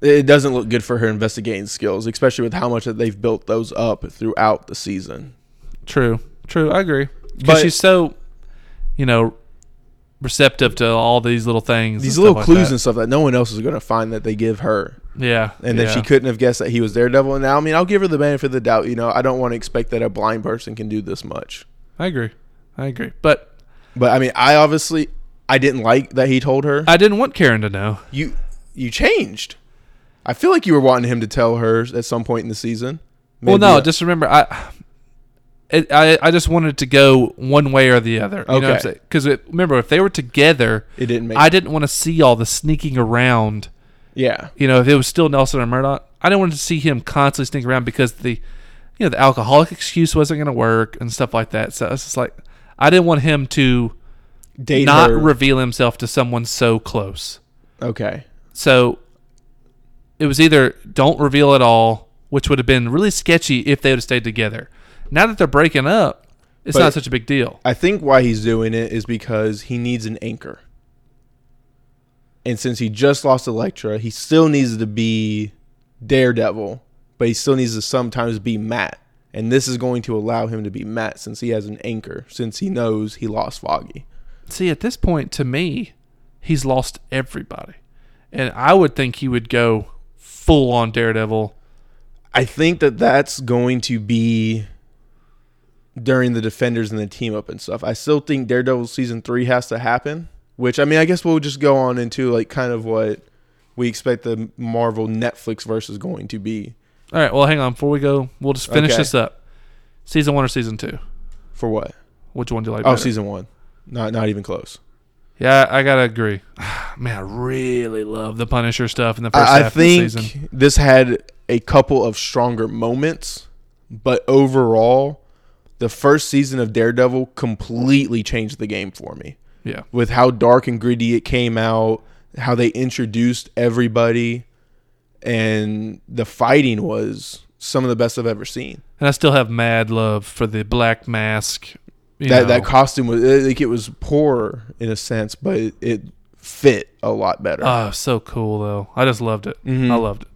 Speaker 2: it doesn't look good for her investigating skills, especially with how much that they've built those up throughout the season.
Speaker 1: True. True. I agree. But
Speaker 2: But-
Speaker 1: she's so, you know, receptive to all these little things.
Speaker 2: These
Speaker 1: and
Speaker 2: little
Speaker 1: stuff like
Speaker 2: clues
Speaker 1: that.
Speaker 2: and stuff that no one else is going to find that they give her.
Speaker 1: yeah.
Speaker 2: and
Speaker 1: yeah.
Speaker 2: that she couldn't have guessed that he was Daredevil. And now, I mean, I'll give her the benefit of the doubt. You know, I don't want to expect that a blind person can do this much.
Speaker 1: I agree. I agree. But
Speaker 2: But I mean, I obviously I didn't like that he told her.
Speaker 1: I didn't want Karen to know.
Speaker 2: you you changed. I feel like you were wanting him to tell her at some point in the season.
Speaker 1: well,
Speaker 2: Maybe
Speaker 1: no,
Speaker 2: that-
Speaker 1: just remember, I. It, I, I just wanted to go one way or the other. You know what I'm
Speaker 2: Okay.
Speaker 1: saying? Because remember, if they were together,
Speaker 2: it didn't make.
Speaker 1: I didn't want to see all the sneaking around.
Speaker 2: yeah,
Speaker 1: You know, if it was still Nelson or Murdoch, I didn't want to see him constantly sneaking around because the, you know, the alcoholic excuse wasn't going to work and stuff like that. So it's just like I didn't want him to
Speaker 2: date
Speaker 1: not
Speaker 2: her.
Speaker 1: reveal himself to someone so close.
Speaker 2: okay,
Speaker 1: So it was either don't reveal at all, which would have been really sketchy if they would have stayed together. Now that they're breaking up, it's
Speaker 2: But-
Speaker 1: not such a big deal.
Speaker 2: I think why he's doing it is because he needs an anchor. And since he just lost Elektra, he still needs to be Daredevil, but he still needs to sometimes be Matt. And this is going to allow him to be Matt since he has an anchor, since he knows he lost Foggy.
Speaker 1: See, at this point, to me, he's lost everybody, and I would think he would go full on Daredevil.
Speaker 2: I think that that's going to be during the defenders and the team up and stuff. I still think Daredevil season three has to happen, which I mean, I guess we'll just go on into like kind of what we expect the Marvel Netflix versus going to be
Speaker 1: All right. Well, hang on. Before we go, we'll just finish
Speaker 2: Okay.
Speaker 1: this up. Season one or season two?
Speaker 2: for what?
Speaker 1: Which one do you like?
Speaker 2: Oh,
Speaker 1: better?
Speaker 2: season one, not not even close.
Speaker 1: Yeah, I gotta agree. Man, I really love the Punisher stuff in the first
Speaker 2: I, I
Speaker 1: half of the season.
Speaker 2: think this had a couple of stronger moments, but overall, the first season of Daredevil completely changed the game for me.
Speaker 1: Yeah,
Speaker 2: with how dark and gritty it came out, how they introduced everybody, and the fighting was some of the best I've ever seen.
Speaker 1: and I still have mad love for the Black Mask. you
Speaker 2: that
Speaker 1: know.
Speaker 2: that costume was it- like it was poor in a sense, but it, it fit a lot better.
Speaker 1: oh, so cool though. I just loved it.
Speaker 2: Mhm.
Speaker 1: I loved it.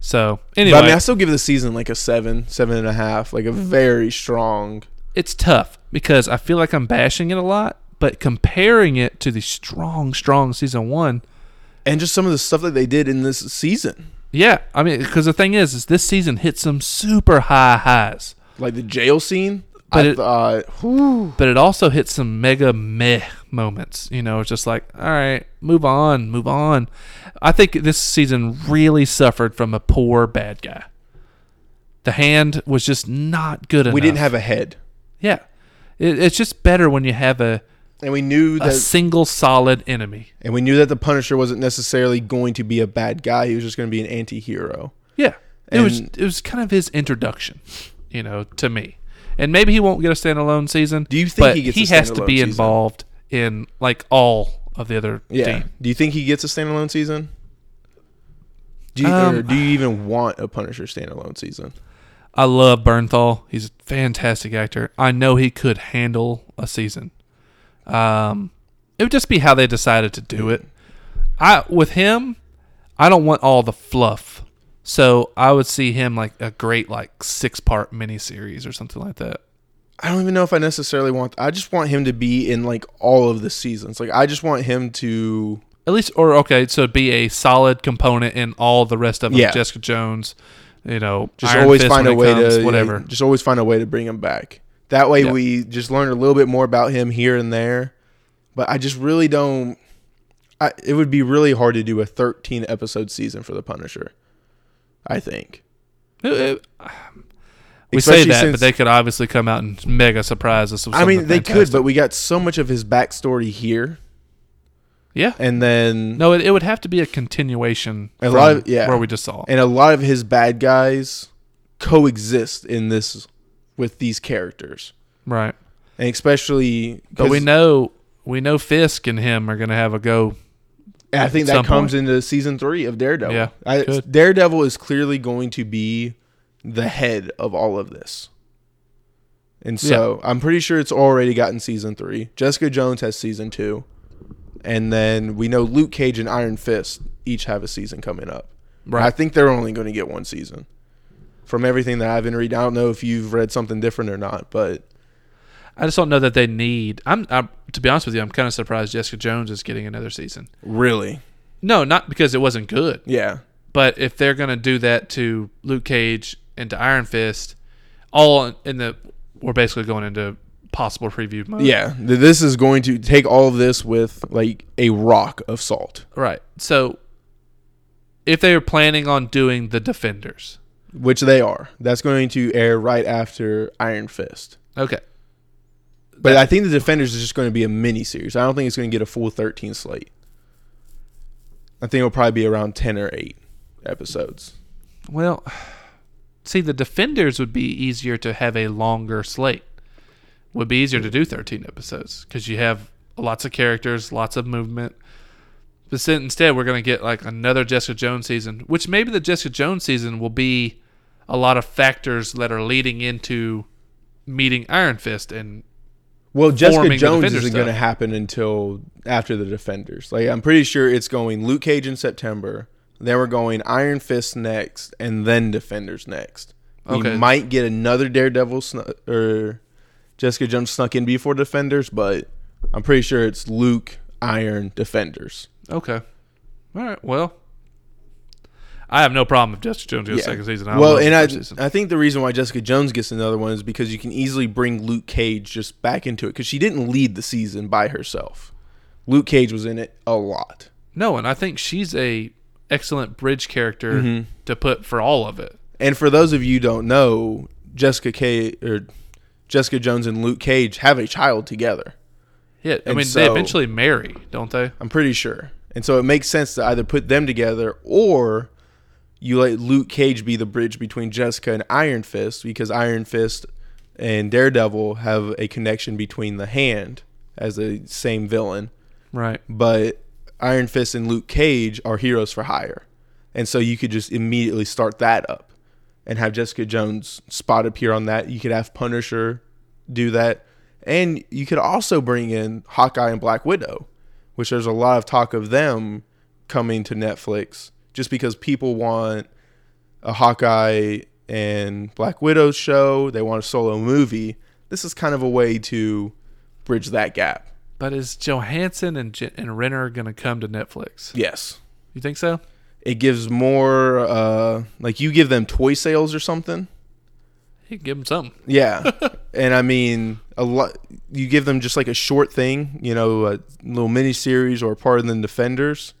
Speaker 1: So
Speaker 2: But
Speaker 1: anyway,
Speaker 2: I mean, I still give the season like a seven, seven and a half, like a very strong.
Speaker 1: it's tough because I feel like I'm bashing it a lot, but comparing it to the strong, strong season one,
Speaker 2: And just some of the stuff that they did in this season,
Speaker 1: yeah. I mean, because the thing is, is this season hit some super high highs.
Speaker 2: like the jail scene.
Speaker 1: But
Speaker 2: I
Speaker 1: it-
Speaker 2: thought, whew,
Speaker 1: but it also hit some mega meh moments. You know, it's just like, all right, move on, move on. I think this season really suffered from a poor bad guy. The hand was just not good enough.
Speaker 2: we didn't have a head.
Speaker 1: yeah. It, it's just better when you have a
Speaker 2: and we knew
Speaker 1: a
Speaker 2: that
Speaker 1: single solid enemy.
Speaker 2: and we knew that the Punisher wasn't necessarily going to be a bad guy. He was just going to be an anti-hero.
Speaker 1: Yeah, it was
Speaker 2: And-
Speaker 1: it was kind of his introduction, you know, to me. And maybe he won't get a standalone season.
Speaker 2: Do you think
Speaker 1: but
Speaker 2: he gets a
Speaker 1: has to
Speaker 2: standalone
Speaker 1: be
Speaker 2: season?
Speaker 1: involved in like all of the other
Speaker 2: Yeah.
Speaker 1: team?
Speaker 2: Do you think he gets a standalone season? Do you,
Speaker 1: Um,
Speaker 2: or do you even want a Punisher standalone season?
Speaker 1: I love Bernthal. He's a fantastic actor. I know he could handle a season. Um, it would just be how they decided to do it. I with him, I don't want all the fluff. So I would see him like a great like six part miniseries or something like that.
Speaker 2: I don't even know if I necessarily want. I just want him to be in like all of the seasons. Like I just want him to.
Speaker 1: At least, or okay, so be a solid component in all the rest of them.
Speaker 2: Yeah.
Speaker 1: Jessica Jones, you know,
Speaker 2: just
Speaker 1: Iron
Speaker 2: always
Speaker 1: Fist
Speaker 2: find a
Speaker 1: when it
Speaker 2: way
Speaker 1: comes,
Speaker 2: to
Speaker 1: whatever.
Speaker 2: just always find a way to bring him back. That way
Speaker 1: Yeah.
Speaker 2: we just learn a little bit more about him here and there. But I just really don't. I, it would be really hard to do a 13 episode season for the Punisher. I think.
Speaker 1: It- it- we say
Speaker 2: Especially
Speaker 1: that, but
Speaker 2: since-
Speaker 1: they could obviously come out and mega surprise us. With
Speaker 2: I mean,
Speaker 1: something
Speaker 2: they could,
Speaker 1: fantastic.
Speaker 2: but we got so much of his backstory here,
Speaker 1: yeah,
Speaker 2: and then
Speaker 1: no, it, it would have to be a continuation.
Speaker 2: A lot
Speaker 1: from
Speaker 2: of- yeah.
Speaker 1: where we just saw.
Speaker 2: and a lot of his bad guys coexist in this with these characters,
Speaker 1: right,
Speaker 2: and especially.
Speaker 1: but we
Speaker 2: 'cause
Speaker 1: know we know Fisk and him are gonna have a go.
Speaker 2: I think
Speaker 1: at some
Speaker 2: that comes into season three of Daredevil.
Speaker 1: Yeah,
Speaker 2: I,
Speaker 1: good.
Speaker 2: Daredevil is clearly going to be the head of all of this. And so I'm pretty sure it's already gotten season three. Jessica Jones has season two. And then we know Luke Cage and Iron Fist each have a season coming up.
Speaker 1: Right.
Speaker 2: I think they're only going to get one season. From everything that I've been reading, I don't know if you've read something different or not, but
Speaker 1: I just don't know that they need. I'm, I'm to be honest with you, I'm kind of surprised Jessica Jones is getting another season.
Speaker 2: really,
Speaker 1: No, not because it wasn't good.
Speaker 2: yeah,
Speaker 1: But if they're gonna do that to Luke Cage and to Iron Fist, all in the we're basically going into possible preview mode.
Speaker 2: yeah. Th- This is going to take all of this with like a rock of salt.
Speaker 1: Right. So if they are planning on doing the Defenders,
Speaker 2: which they are. That's going to air right after Iron Fist.
Speaker 1: okay.
Speaker 2: But I think the Defenders is just going to be a mini series. I don't think it's going to get a full 13 slate. I think it'll probably be around 10 or 8 episodes.
Speaker 1: Well, see, the Defenders would be easier to have a longer slate. Would be easier to do thirteen episodes because you have lots of characters, lots of movement. But sin- instead, we're going to get like another Jessica Jones season, which maybe the Jessica Jones season will be a lot of factors that are leading into meeting Iron Fist, and
Speaker 2: Well,
Speaker 1: Forming
Speaker 2: Jessica
Speaker 1: the
Speaker 2: Jones
Speaker 1: Defenders
Speaker 2: isn't going to
Speaker 1: stuff.
Speaker 2: happen until after the Defenders. Like I'm pretty sure it's going Luke Cage in September. Then we're going Iron Fist next, and then Defenders next.
Speaker 1: Okay.
Speaker 2: We might get another Daredevil snu- or Jessica Jones snuck in before Defenders, but I'm pretty sure it's Luke Iron Defenders.
Speaker 1: okay, all right, well, I have no problem if Jessica Jones gets a
Speaker 2: Yeah.
Speaker 1: second season. I
Speaker 2: well,
Speaker 1: love the
Speaker 2: and I,
Speaker 1: first season.
Speaker 2: I think the reason why Jessica Jones gets another one is because you can easily bring Luke Cage just back into it because she didn't lead the season by herself. Luke Cage was in it a lot.
Speaker 1: No, and I think she's a excellent bridge character
Speaker 2: Mm-hmm.
Speaker 1: to put for all of it.
Speaker 2: And for those of you who don't know, Jessica K or Jessica Jones and Luke Cage have a child together.
Speaker 1: Yeah, I
Speaker 2: And
Speaker 1: mean they
Speaker 2: so-
Speaker 1: eventually marry, don't they?
Speaker 2: I'm pretty sure. And so it makes sense to either put them together or you let Luke Cage be the bridge between Jessica and Iron Fist because Iron Fist and Daredevil have a connection between the hand as the same villain.
Speaker 1: Right.
Speaker 2: But Iron Fist and Luke Cage are heroes for hire. And so you could just immediately start that up and have Jessica Jones spot appear on that. You could have Punisher do that. And you could also bring in Hawkeye and Black Widow, which there's a lot of talk of them coming to Netflix just because people want a Hawkeye and Black Widow show. They want a solo movie. This is kind of a way to bridge that gap.
Speaker 1: But is Johansson and J- and Renner going to come to Netflix?
Speaker 2: Yes.
Speaker 1: You think so?
Speaker 2: it gives more uh like you give them toy sales or something
Speaker 1: You can give them something.
Speaker 2: yeah and i mean a lot you give them just like a short thing you know a little mini series or part of the defenders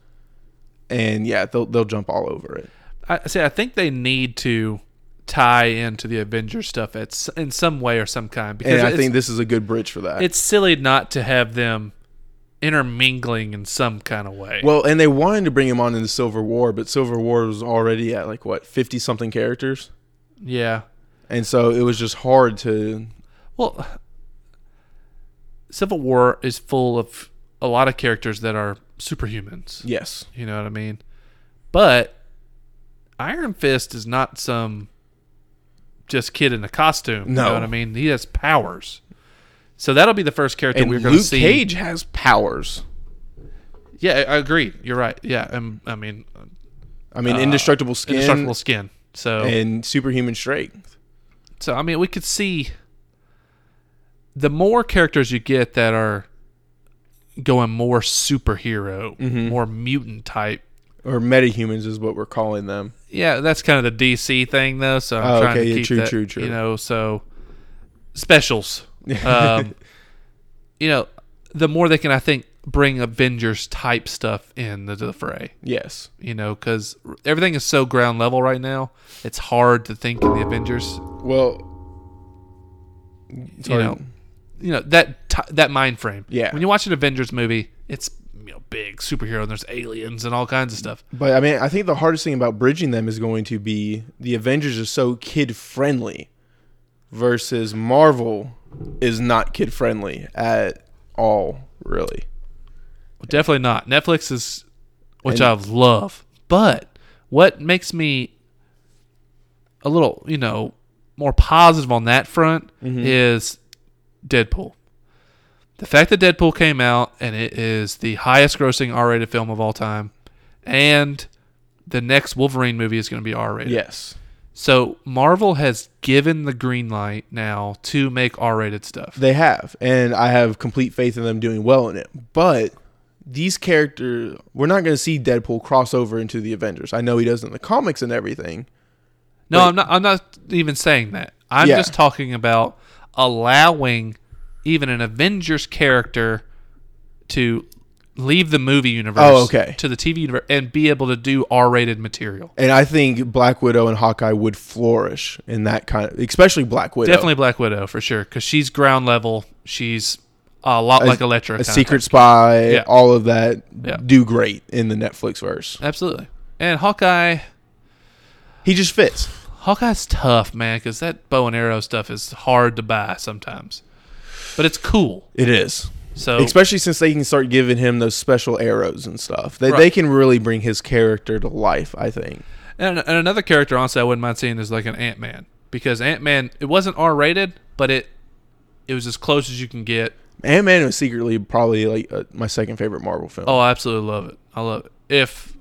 Speaker 2: and yeah they'll they'll jump all over it
Speaker 1: I see. I think they need to tie into the Avengers stuff at s- in some way or some kind because
Speaker 2: and i
Speaker 1: it's,
Speaker 2: think this is a good bridge for that
Speaker 1: it's silly not to have them intermingling in some kind of way.
Speaker 2: Well, and they wanted to bring him on in the Silver War, but Silver War was already at like what fifty something characters,
Speaker 1: yeah.
Speaker 2: and so it was just hard to.
Speaker 1: Well, Civil War is full of a lot of characters that are superhumans.
Speaker 2: Yes,
Speaker 1: You know what I mean? But Iron Fist is not some just kid in a costume. You
Speaker 2: No.
Speaker 1: know what I mean? He has powers. So that'll be the first character
Speaker 2: and
Speaker 1: we're going to
Speaker 2: Luke
Speaker 1: see.
Speaker 2: Cage has powers.
Speaker 1: Yeah, I I agree. You're right. Yeah, um, I mean,
Speaker 2: I mean,
Speaker 1: uh,
Speaker 2: indestructible skin
Speaker 1: indestructible skin. So,
Speaker 2: and superhuman strength.
Speaker 1: so I mean, we could see the more characters you get that are going more superhero,
Speaker 2: Mm-hmm.
Speaker 1: more mutant type.
Speaker 2: Or metahumans is what we're calling them.
Speaker 1: Yeah, that's kind of the DC thing, though. So I'm
Speaker 2: Oh,
Speaker 1: trying
Speaker 2: okay,
Speaker 1: to
Speaker 2: yeah,
Speaker 1: keep
Speaker 2: true,
Speaker 1: that,
Speaker 2: true, true.
Speaker 1: You know, so specials. Um, you know, the more they can, I think, bring Avengers type stuff in the, the fray.
Speaker 2: Yes.
Speaker 1: You know, because everything is so ground level right now. It's hard to think in the Avengers.
Speaker 2: Well,
Speaker 1: You know, you know that t- that mind frame.
Speaker 2: Yeah.
Speaker 1: When you watch an Avengers movie, it's you know big superhero and there's aliens and all kinds of stuff.
Speaker 2: but I mean, I think the hardest thing about bridging them is going to be the Avengers are so kid friendly versus Marvel is not kid friendly at all, really.
Speaker 1: Well, definitely not. Netflix is, which I love. But what makes me a little, you know, more positive on that front is Deadpool. The fact that Deadpool came out and it is the highest grossing R rated film of all time, and the next Wolverine movie is going to be R rated.
Speaker 2: Yes.
Speaker 1: So Marvel has given the green light now to make R rated stuff.
Speaker 2: They have, and I have complete faith in them doing well in it. But these characters, we're not going to see Deadpool cross over into the Avengers. I know he does in the comics and everything.
Speaker 1: No, I'm not. I'm not even saying that. I'm
Speaker 2: Yeah.
Speaker 1: just talking about allowing even an Avengers character to leave the movie universe.
Speaker 2: Oh, okay.
Speaker 1: To the TV universe and be able to do R-rated material.
Speaker 2: And I think Black Widow and Hawkeye would flourish in that kind of, especially Black Widow.
Speaker 1: Definitely Black Widow for sure, because she's ground level. She's a lot like Elektra.
Speaker 2: a
Speaker 1: kinda
Speaker 2: secret spy,
Speaker 1: Yeah.
Speaker 2: all of that
Speaker 1: Yeah.
Speaker 2: do great in the Netflix verse.
Speaker 1: thing. Absolutely. And Hawkeye,
Speaker 2: He just fits.
Speaker 1: Hawkeye's tough, man, because that bow and arrow stuff is hard to buy sometimes, but it's cool.
Speaker 2: It is.
Speaker 1: So
Speaker 2: Especially since they can start giving him those special arrows and stuff. They, they
Speaker 1: Right.
Speaker 2: can really bring his character to life, I think.
Speaker 1: And, and another character, honestly, I wouldn't mind seeing is like an Ant Man because Ant Man it wasn't R rated, but it it was as close as you can get.
Speaker 2: Ant Man was secretly probably like uh, my second favorite Marvel film.
Speaker 1: Oh, I absolutely love it. I love it. If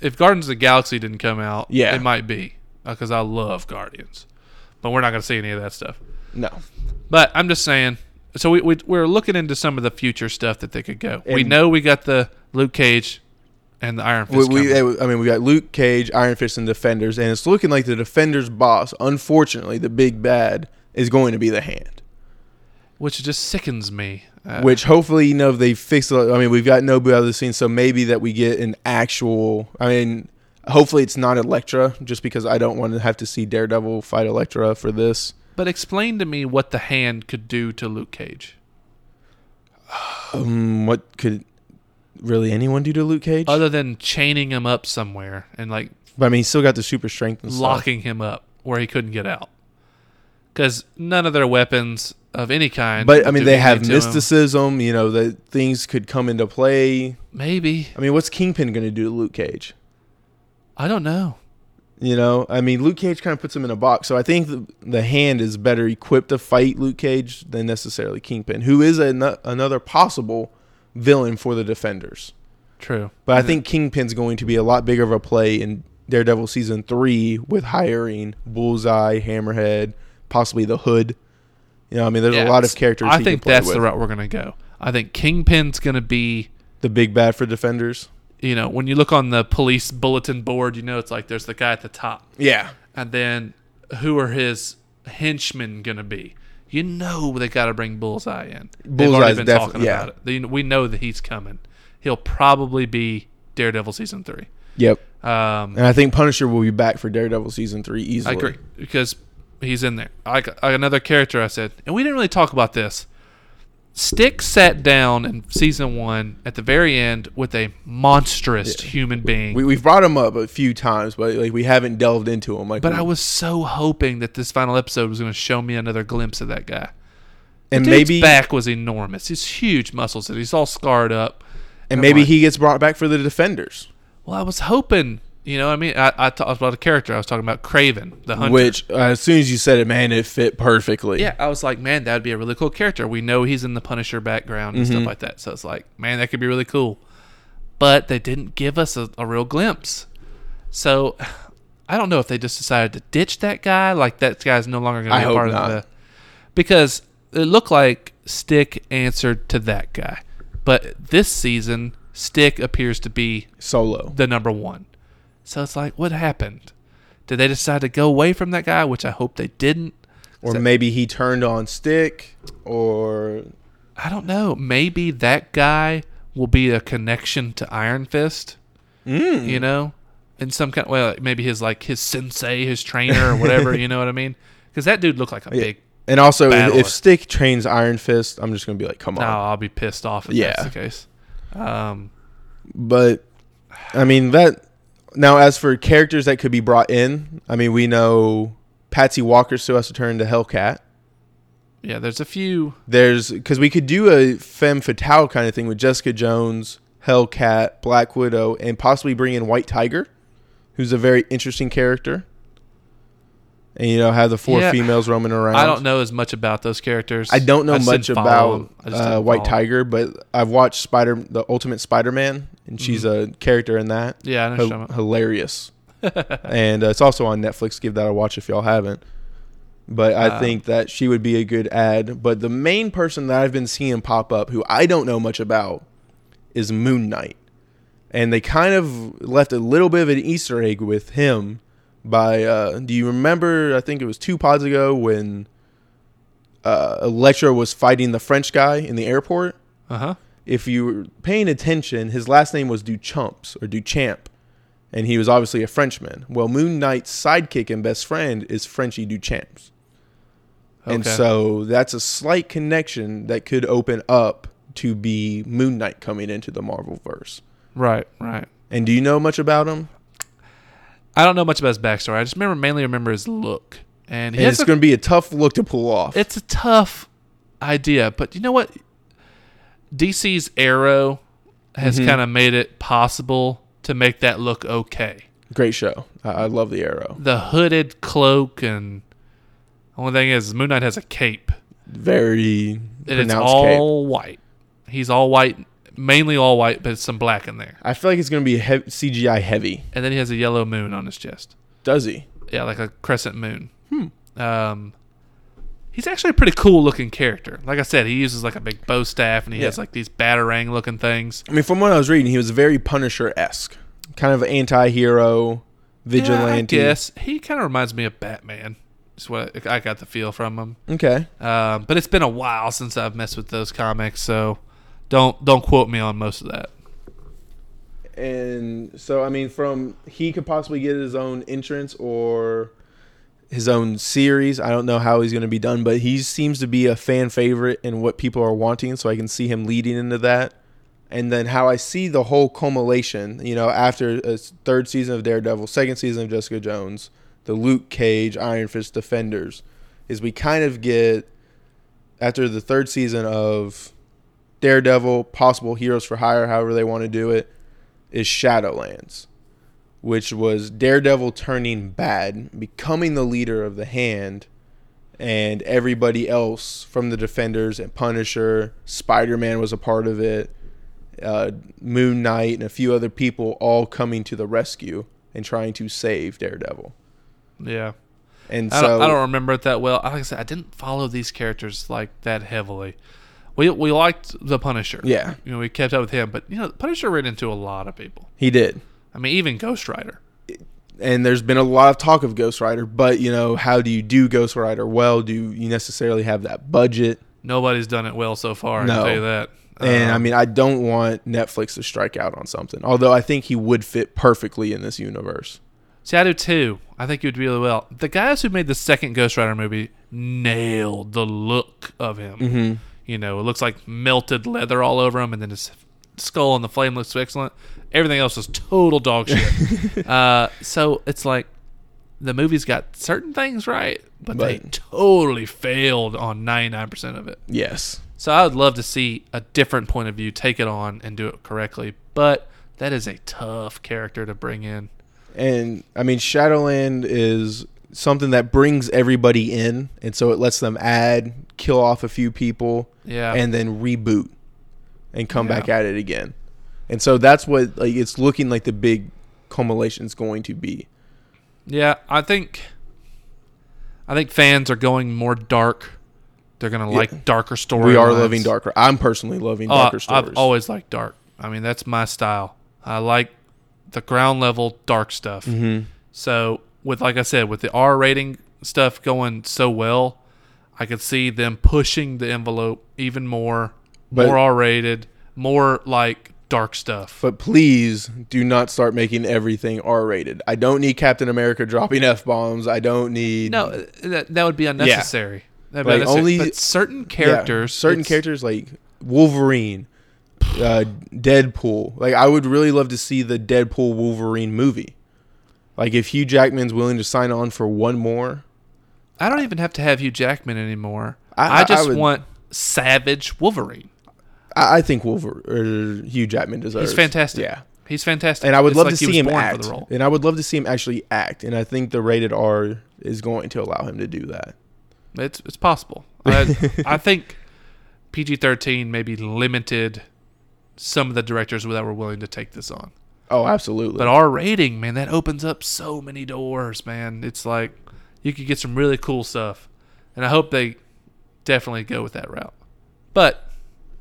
Speaker 1: if Guardians of the Galaxy didn't come out,
Speaker 2: Yeah.
Speaker 1: it might be because I love Guardians, but we're not going to see any of that stuff.
Speaker 2: No.
Speaker 1: But I'm just saying. So we, we we're looking into some of the future stuff that they could go. we
Speaker 2: And-
Speaker 1: know we got the Luke Cage and the Iron
Speaker 2: We, eh,
Speaker 1: Fist.
Speaker 2: we,
Speaker 1: coming.
Speaker 2: I mean, we got Luke Cage, Iron Fist, and Defenders, and it's looking like the Defenders boss, unfortunately, the big bad, is going to be the hand.
Speaker 1: which just sickens me. Uh,
Speaker 2: which hopefully you know they fix. I mean, we've got Nobu out of the scene, so maybe that we get an actual. I mean, hopefully it's not Elektra, just because I don't want to have to see Daredevil fight Elektra for this.
Speaker 1: But explain to me what the hand could do to Luke Cage.
Speaker 2: Um, what could really anyone do to Luke Cage?
Speaker 1: other than chaining him up somewhere and like
Speaker 2: but I mean, he's still got the super strength and stuff.
Speaker 1: locking him up where he couldn't get out. Because none of their weapons of any kind.
Speaker 2: But I mean,
Speaker 1: do
Speaker 2: they
Speaker 1: anything
Speaker 2: have
Speaker 1: to him.
Speaker 2: mysticism. You know that things could come into play.
Speaker 1: Maybe
Speaker 2: I mean, what's Kingpin going to do to Luke Cage?
Speaker 1: I don't know.
Speaker 2: You know, I mean, Luke Cage kind of puts him in a box. So I think the, the hand is better equipped to fight Luke Cage than necessarily Kingpin, who is an, another possible villain for the Defenders.
Speaker 1: True.
Speaker 2: But I think Kingpin's going to be a lot bigger of a play in Daredevil season three with hiring Bullseye, Hammerhead, possibly the Hood. You know, I mean, there's
Speaker 1: Yeah,
Speaker 2: a lot of characters.
Speaker 1: I
Speaker 2: he
Speaker 1: think
Speaker 2: can play
Speaker 1: that's
Speaker 2: with.
Speaker 1: the route we're gonna go. I think Kingpin's gonna be.
Speaker 2: the big bad for Defenders.
Speaker 1: You know, when you look on the police bulletin board, you know it's like there's the guy at the top,
Speaker 2: Yeah,
Speaker 1: and then who are his henchmen gonna be? You know they got to bring Bullseye in. They've already
Speaker 2: Bullseye's
Speaker 1: been
Speaker 2: defi-
Speaker 1: talking
Speaker 2: yeah.
Speaker 1: about it. They- We know that he's coming. He'll probably be Daredevil season three.
Speaker 2: yep.
Speaker 1: Um,
Speaker 2: And I think Punisher will be back for Daredevil season three
Speaker 1: I
Speaker 2: easily.
Speaker 1: agree because he's in there. I, I- another character I said, and we didn't really talk about this. Stick sat down in season one at the very end with a monstrous human being.
Speaker 2: We, we've brought him up a few times, but like we haven't delved into him. Like,
Speaker 1: but I was so hoping that this final episode was going to show me another glimpse of that guy.
Speaker 2: and
Speaker 1: Dude's
Speaker 2: maybe
Speaker 1: back was enormous. His huge muscles, and he's all scarred up.
Speaker 2: and
Speaker 1: I'm
Speaker 2: maybe
Speaker 1: like-
Speaker 2: he gets brought back for the defenders,
Speaker 1: Well, I was hoping, you know, what I mean, I, I talked about a character. I was talking about Craven, the hunter.
Speaker 2: which uh, as soon as you said it, man, it fit perfectly.
Speaker 1: yeah, I was like, man, that'd be a really cool character. We know he's in the Punisher background and
Speaker 2: Mm-hmm.
Speaker 1: stuff like that. So it's like, man, that could be really cool. But they didn't give us a, a real glimpse. So I don't know if they just decided to ditch that guy. Like that guy's no longer going to
Speaker 2: I
Speaker 1: be a
Speaker 2: hope
Speaker 1: part
Speaker 2: not.
Speaker 1: of the. Because it looked like Stick answered to that guy, but this season Stick appears to be
Speaker 2: solo.
Speaker 1: the number one. So it's like, what happened? Did they decide to go away from that guy? Which I hope they didn't.
Speaker 2: Or
Speaker 1: So-
Speaker 2: maybe he turned on Stick, or
Speaker 1: I don't know. Maybe that guy will be a connection to Iron Fist.
Speaker 2: Mm.
Speaker 1: You know, in some kind. Well, maybe his like his sensei, his trainer, or whatever. you know what I mean? Because that dude looked like a big.
Speaker 2: and also if,
Speaker 1: Battler.
Speaker 2: if Stick trains Iron Fist, I'm just gonna be like, come
Speaker 1: No,
Speaker 2: on.
Speaker 1: I'll be pissed off if that's
Speaker 2: Yeah.
Speaker 1: the case. Um,
Speaker 2: But I mean that. Now, as for characters that could be brought in, I mean we know Patsy Walker still has to turn to Hellcat.
Speaker 1: yeah, there's a few.
Speaker 2: There's because we could do a femme fatale kind of thing with Jessica Jones, Hellcat, Black Widow, and possibly bring in White Tiger, who's a very interesting character. And you know, have the four
Speaker 1: Yeah.
Speaker 2: females roaming around.
Speaker 1: I don't know as much about those characters.
Speaker 2: I don't know
Speaker 1: just
Speaker 2: much
Speaker 1: didn't follow
Speaker 2: about
Speaker 1: 'em. I just
Speaker 2: uh,
Speaker 1: didn't
Speaker 2: White
Speaker 1: follow 'em.
Speaker 2: Tiger, but I've watched Spider, the Ultimate Spider-Man, and she's
Speaker 1: Mm-hmm.
Speaker 2: a character in that.
Speaker 1: Yeah, I know.
Speaker 2: Hi-
Speaker 1: what you're talking about.
Speaker 2: hilarious. and uh, it's also on Netflix. Give that a watch if y'all haven't. But I
Speaker 1: Uh,
Speaker 2: think that she would be a good ad. But the main person that I've been seeing pop up, who I don't know much about, is Moon Knight. And they kind of left a little bit of an Easter egg with him by. Uh, do you remember? I think it was two pods ago when uh, Electro was fighting the French guy in the airport
Speaker 1: Uh-huh.
Speaker 2: if you were paying attention, his last name was Duchamps or Duchamp, and he was obviously a Frenchman. Well, Moon Knight's sidekick and best friend is Frenchie Duchamps. And
Speaker 1: Okay.
Speaker 2: so that's a slight connection that could open up to be Moon Knight coming into the Marvel verse.
Speaker 1: Right, right.
Speaker 2: And do you know much about him?
Speaker 1: I don't know much about his backstory. I just remember mainly remember his look, and he
Speaker 2: And
Speaker 1: has
Speaker 2: it's
Speaker 1: a,
Speaker 2: going to be a tough look to pull off.
Speaker 1: it's a tough idea, but you know what? DC's Arrow has
Speaker 2: Mm-hmm.
Speaker 1: kind of made it possible to make that look okay.
Speaker 2: Great show. I, I love the arrow.
Speaker 1: The hooded cloak and only thing is Moon Knight has a cape,
Speaker 2: Very
Speaker 1: and it's
Speaker 2: pronounced cape.
Speaker 1: all white. He's all white, mainly all white, but it's some black in there.
Speaker 2: I feel like it's going to be hev CGI heavy.
Speaker 1: And then he has a yellow moon on his chest.
Speaker 2: Does he?
Speaker 1: Yeah, like a crescent moon. Hmm. Um, he's actually a pretty cool looking character. Like I said, he uses like a big bow staff and he
Speaker 2: Yeah.
Speaker 1: has like these batarang looking things.
Speaker 2: I mean, from what I was reading, he was very Punisher esque, kind of anti-hero, vigilante.
Speaker 1: Yeah, I guess. he kind of reminds me of Batman. Is what I I got the feel from him.
Speaker 2: Okay.
Speaker 1: Um, but it's been a while since I've messed with those comics, so don't don't quote me on most of that.
Speaker 2: And so, I mean, from he could possibly get his own entrance or his own series. I don't know how he's going to be done, but he seems to be a fan favorite in what people are wanting. So I can see him leading into that. And then how I see the whole culmination, you know, after a s- third season of Daredevil, second season of Jessica Jones, the Luke Cage, Iron Fist Defenders, is we kind of get after the third season of Daredevil, possible Heroes for Hire, however they want to do it, is Shadowlands, which was Daredevil turning bad, becoming the leader of the Hand, and everybody else from the Defenders and Punisher, Spider Man was a part of it, uh, Moon Knight, and a few other people all coming to the rescue and trying to save Daredevil.
Speaker 1: Yeah,
Speaker 2: And
Speaker 1: I,
Speaker 2: so
Speaker 1: don't, I don't remember it that well. Like I said, I didn't follow these characters like that heavily. We we liked the Punisher.
Speaker 2: Yeah.
Speaker 1: you know, we kept up with him, but you know, Punisher ran into a lot of people.
Speaker 2: he did.
Speaker 1: I mean, even Ghost Rider.
Speaker 2: and there's been a lot of talk of Ghost Rider, but you know, how do you do Ghost Rider well? Do you necessarily have that budget?
Speaker 1: Nobody's done it well so far. I
Speaker 2: No.
Speaker 1: can tell you that.
Speaker 2: And
Speaker 1: Um,
Speaker 2: I mean, I don't want Netflix to strike out on something. Although I think he would fit perfectly in this universe.
Speaker 1: see, I do too. I think you would do really well. The guys who made the second Ghost Rider movie nailed the look of him. you know, it looks like melted leather all over him, and then his skull and the flame looks excellent. Everything else is total dog shit. uh, so it's like the movie's got certain things right, but, they
Speaker 2: But-
Speaker 1: totally failed on 99% of it.
Speaker 2: Yes.
Speaker 1: So I would love to see a different point of view, take it on, and do it correctly. But that is a tough character to bring in.
Speaker 2: And I mean, Shadowland is something that brings everybody in, and so it lets them add, kill off a few people,
Speaker 1: Yeah.
Speaker 2: and then reboot and come
Speaker 1: Yeah.
Speaker 2: back at it again. And so that's what like it's looking like the big culmination is going to be.
Speaker 1: Yeah, I think I think fans are going more dark. They're gonna like darker stories.
Speaker 2: We are loving darker. I'm personally loving darker stories.
Speaker 1: Oh, I've always liked dark. I mean, that's my style. I like the ground level dark stuff.
Speaker 2: Mm-hmm.
Speaker 1: So with like I said, with the R rating stuff going so well, I could see them pushing the envelope even more,
Speaker 2: But-
Speaker 1: more R rated, more like dark stuff.
Speaker 2: but please do not start making everything R-rated. I don't need Captain America dropping f-bombs. I don't need
Speaker 1: No, that that would be unnecessary. That'd be
Speaker 2: Like,
Speaker 1: unnecessary.
Speaker 2: only-
Speaker 1: but certain
Speaker 2: Yeah,
Speaker 1: characters,
Speaker 2: certain
Speaker 1: it's-
Speaker 2: characters like Wolverine, uh, Deadpool. Like I would really love to see the Deadpool Wolverine movie. Like if Hugh Jackman's willing to sign on for one more,
Speaker 1: I don't even have to have Hugh Jackman anymore.
Speaker 2: I-
Speaker 1: I,
Speaker 2: I- I
Speaker 1: just
Speaker 2: would-
Speaker 1: want savage Wolverine.
Speaker 2: I, I think Wolver or Hugh Jackman deserves.
Speaker 1: He's fantastic.
Speaker 2: Yeah,
Speaker 1: he's fantastic.
Speaker 2: and I would
Speaker 1: It's
Speaker 2: love
Speaker 1: like
Speaker 2: to
Speaker 1: he was
Speaker 2: see him
Speaker 1: born
Speaker 2: act.
Speaker 1: for the role.
Speaker 2: And I would love to see him actually act. And I think the rated R is going to allow him to do that.
Speaker 1: It's it's possible. I, I think PG thirteen maybe limited some of the directors that were willing to take this on.
Speaker 2: Oh, absolutely.
Speaker 1: But our rating, man, that opens up so many doors, man. It's like you could get some really cool stuff. And I hope they definitely go with that route. But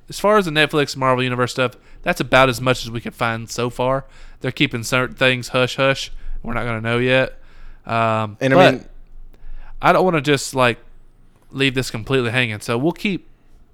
Speaker 1: as far as the Netflix Marvel Universe stuff, that's about as much as we could find so far. They're keeping certain things hush hush. We're not going to know yet. Um,
Speaker 2: and I
Speaker 1: but
Speaker 2: mean,
Speaker 1: I don't want to just like leave this completely hanging. So we'll keep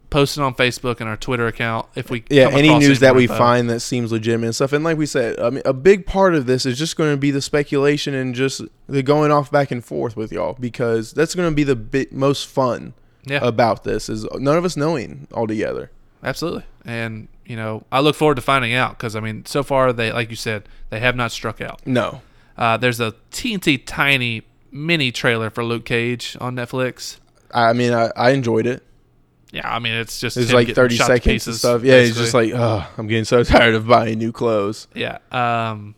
Speaker 1: posting on Facebook and our Twitter account if we
Speaker 2: yeah,
Speaker 1: come
Speaker 2: any
Speaker 1: across uh,
Speaker 2: news
Speaker 1: any
Speaker 2: that
Speaker 1: more
Speaker 2: we
Speaker 1: info.
Speaker 2: find that seems legitimate and stuff. And like we said, I mean, a big part of this is just going to be the speculation and just the going off back and forth with y'all because that's going to be the bit most fun
Speaker 1: Yeah.
Speaker 2: about this is none of us knowing altogether.
Speaker 1: Absolutely. And, you know, I look forward to finding out because, I mean, so far, they, like you said, they have not struck out.
Speaker 2: No.
Speaker 1: Uh, there's a teensy tiny mini trailer for Luke Cage on Netflix.
Speaker 2: I mean, I, I enjoyed it.
Speaker 1: Yeah, I mean, it's just.
Speaker 2: It's
Speaker 1: him
Speaker 2: like
Speaker 1: getting
Speaker 2: 30
Speaker 1: shot to
Speaker 2: seconds and
Speaker 1: pieces,
Speaker 2: stuff. Yeah, it's
Speaker 1: basically.
Speaker 2: just like, oh, I'm getting so tired of buying new clothes.
Speaker 1: Yeah. Um,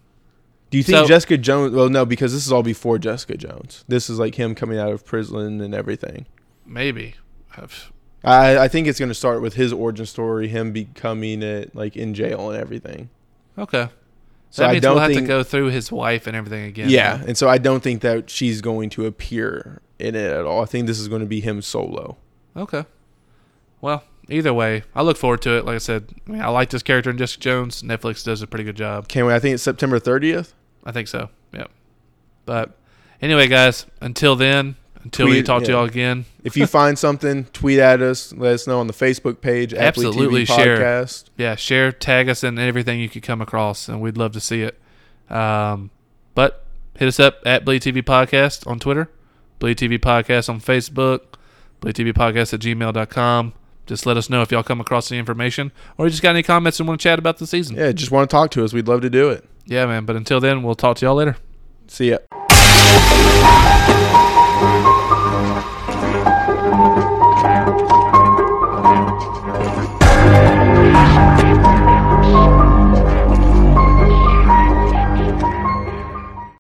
Speaker 2: Do you think
Speaker 1: So-
Speaker 2: Jessica Jones? Well, no, because this is all before Jessica Jones. This is like him coming out of prison and everything.
Speaker 1: maybe. I've-
Speaker 2: I, I think it's going to start with his origin story, him becoming it like in jail and everything.
Speaker 1: Okay. So
Speaker 2: So
Speaker 1: that
Speaker 2: I
Speaker 1: means
Speaker 2: don't
Speaker 1: we'll have to
Speaker 2: think-
Speaker 1: go through his wife and everything again.
Speaker 2: Yeah, and so I don't think that she's going to appear in it at all. I think this is going to be him solo.
Speaker 1: Okay. Well, either way, I look forward to it. Like I said, I, mean, I like this character in Jessica Jones. Netflix does a pretty good job.
Speaker 2: Can't wait. I think it's September 30th.
Speaker 1: I think so. Yep. But anyway, guys, until then, until we
Speaker 2: Tweet-
Speaker 1: talk to
Speaker 2: yeah.
Speaker 1: y'all again,
Speaker 2: If you find something, tweet at us. Let us know on the Facebook page. Aptly TV
Speaker 1: Absolutely share.
Speaker 2: Podcast.
Speaker 1: yeah, share, tag us in everything you could come across, and we'd love to see it. Um, but hit us up at Bleed TV Podcast on Twitter, Bleed TV Podcast on Facebook, Bleed TV Podcast at gmail.com. Just let us know if y'all come across any information or you just got any comments and want to chat about the season.
Speaker 2: Yeah, just want to talk to us. We'd love to do it.
Speaker 1: yeah, man. But until then, we'll talk to y'all later.
Speaker 2: See ya.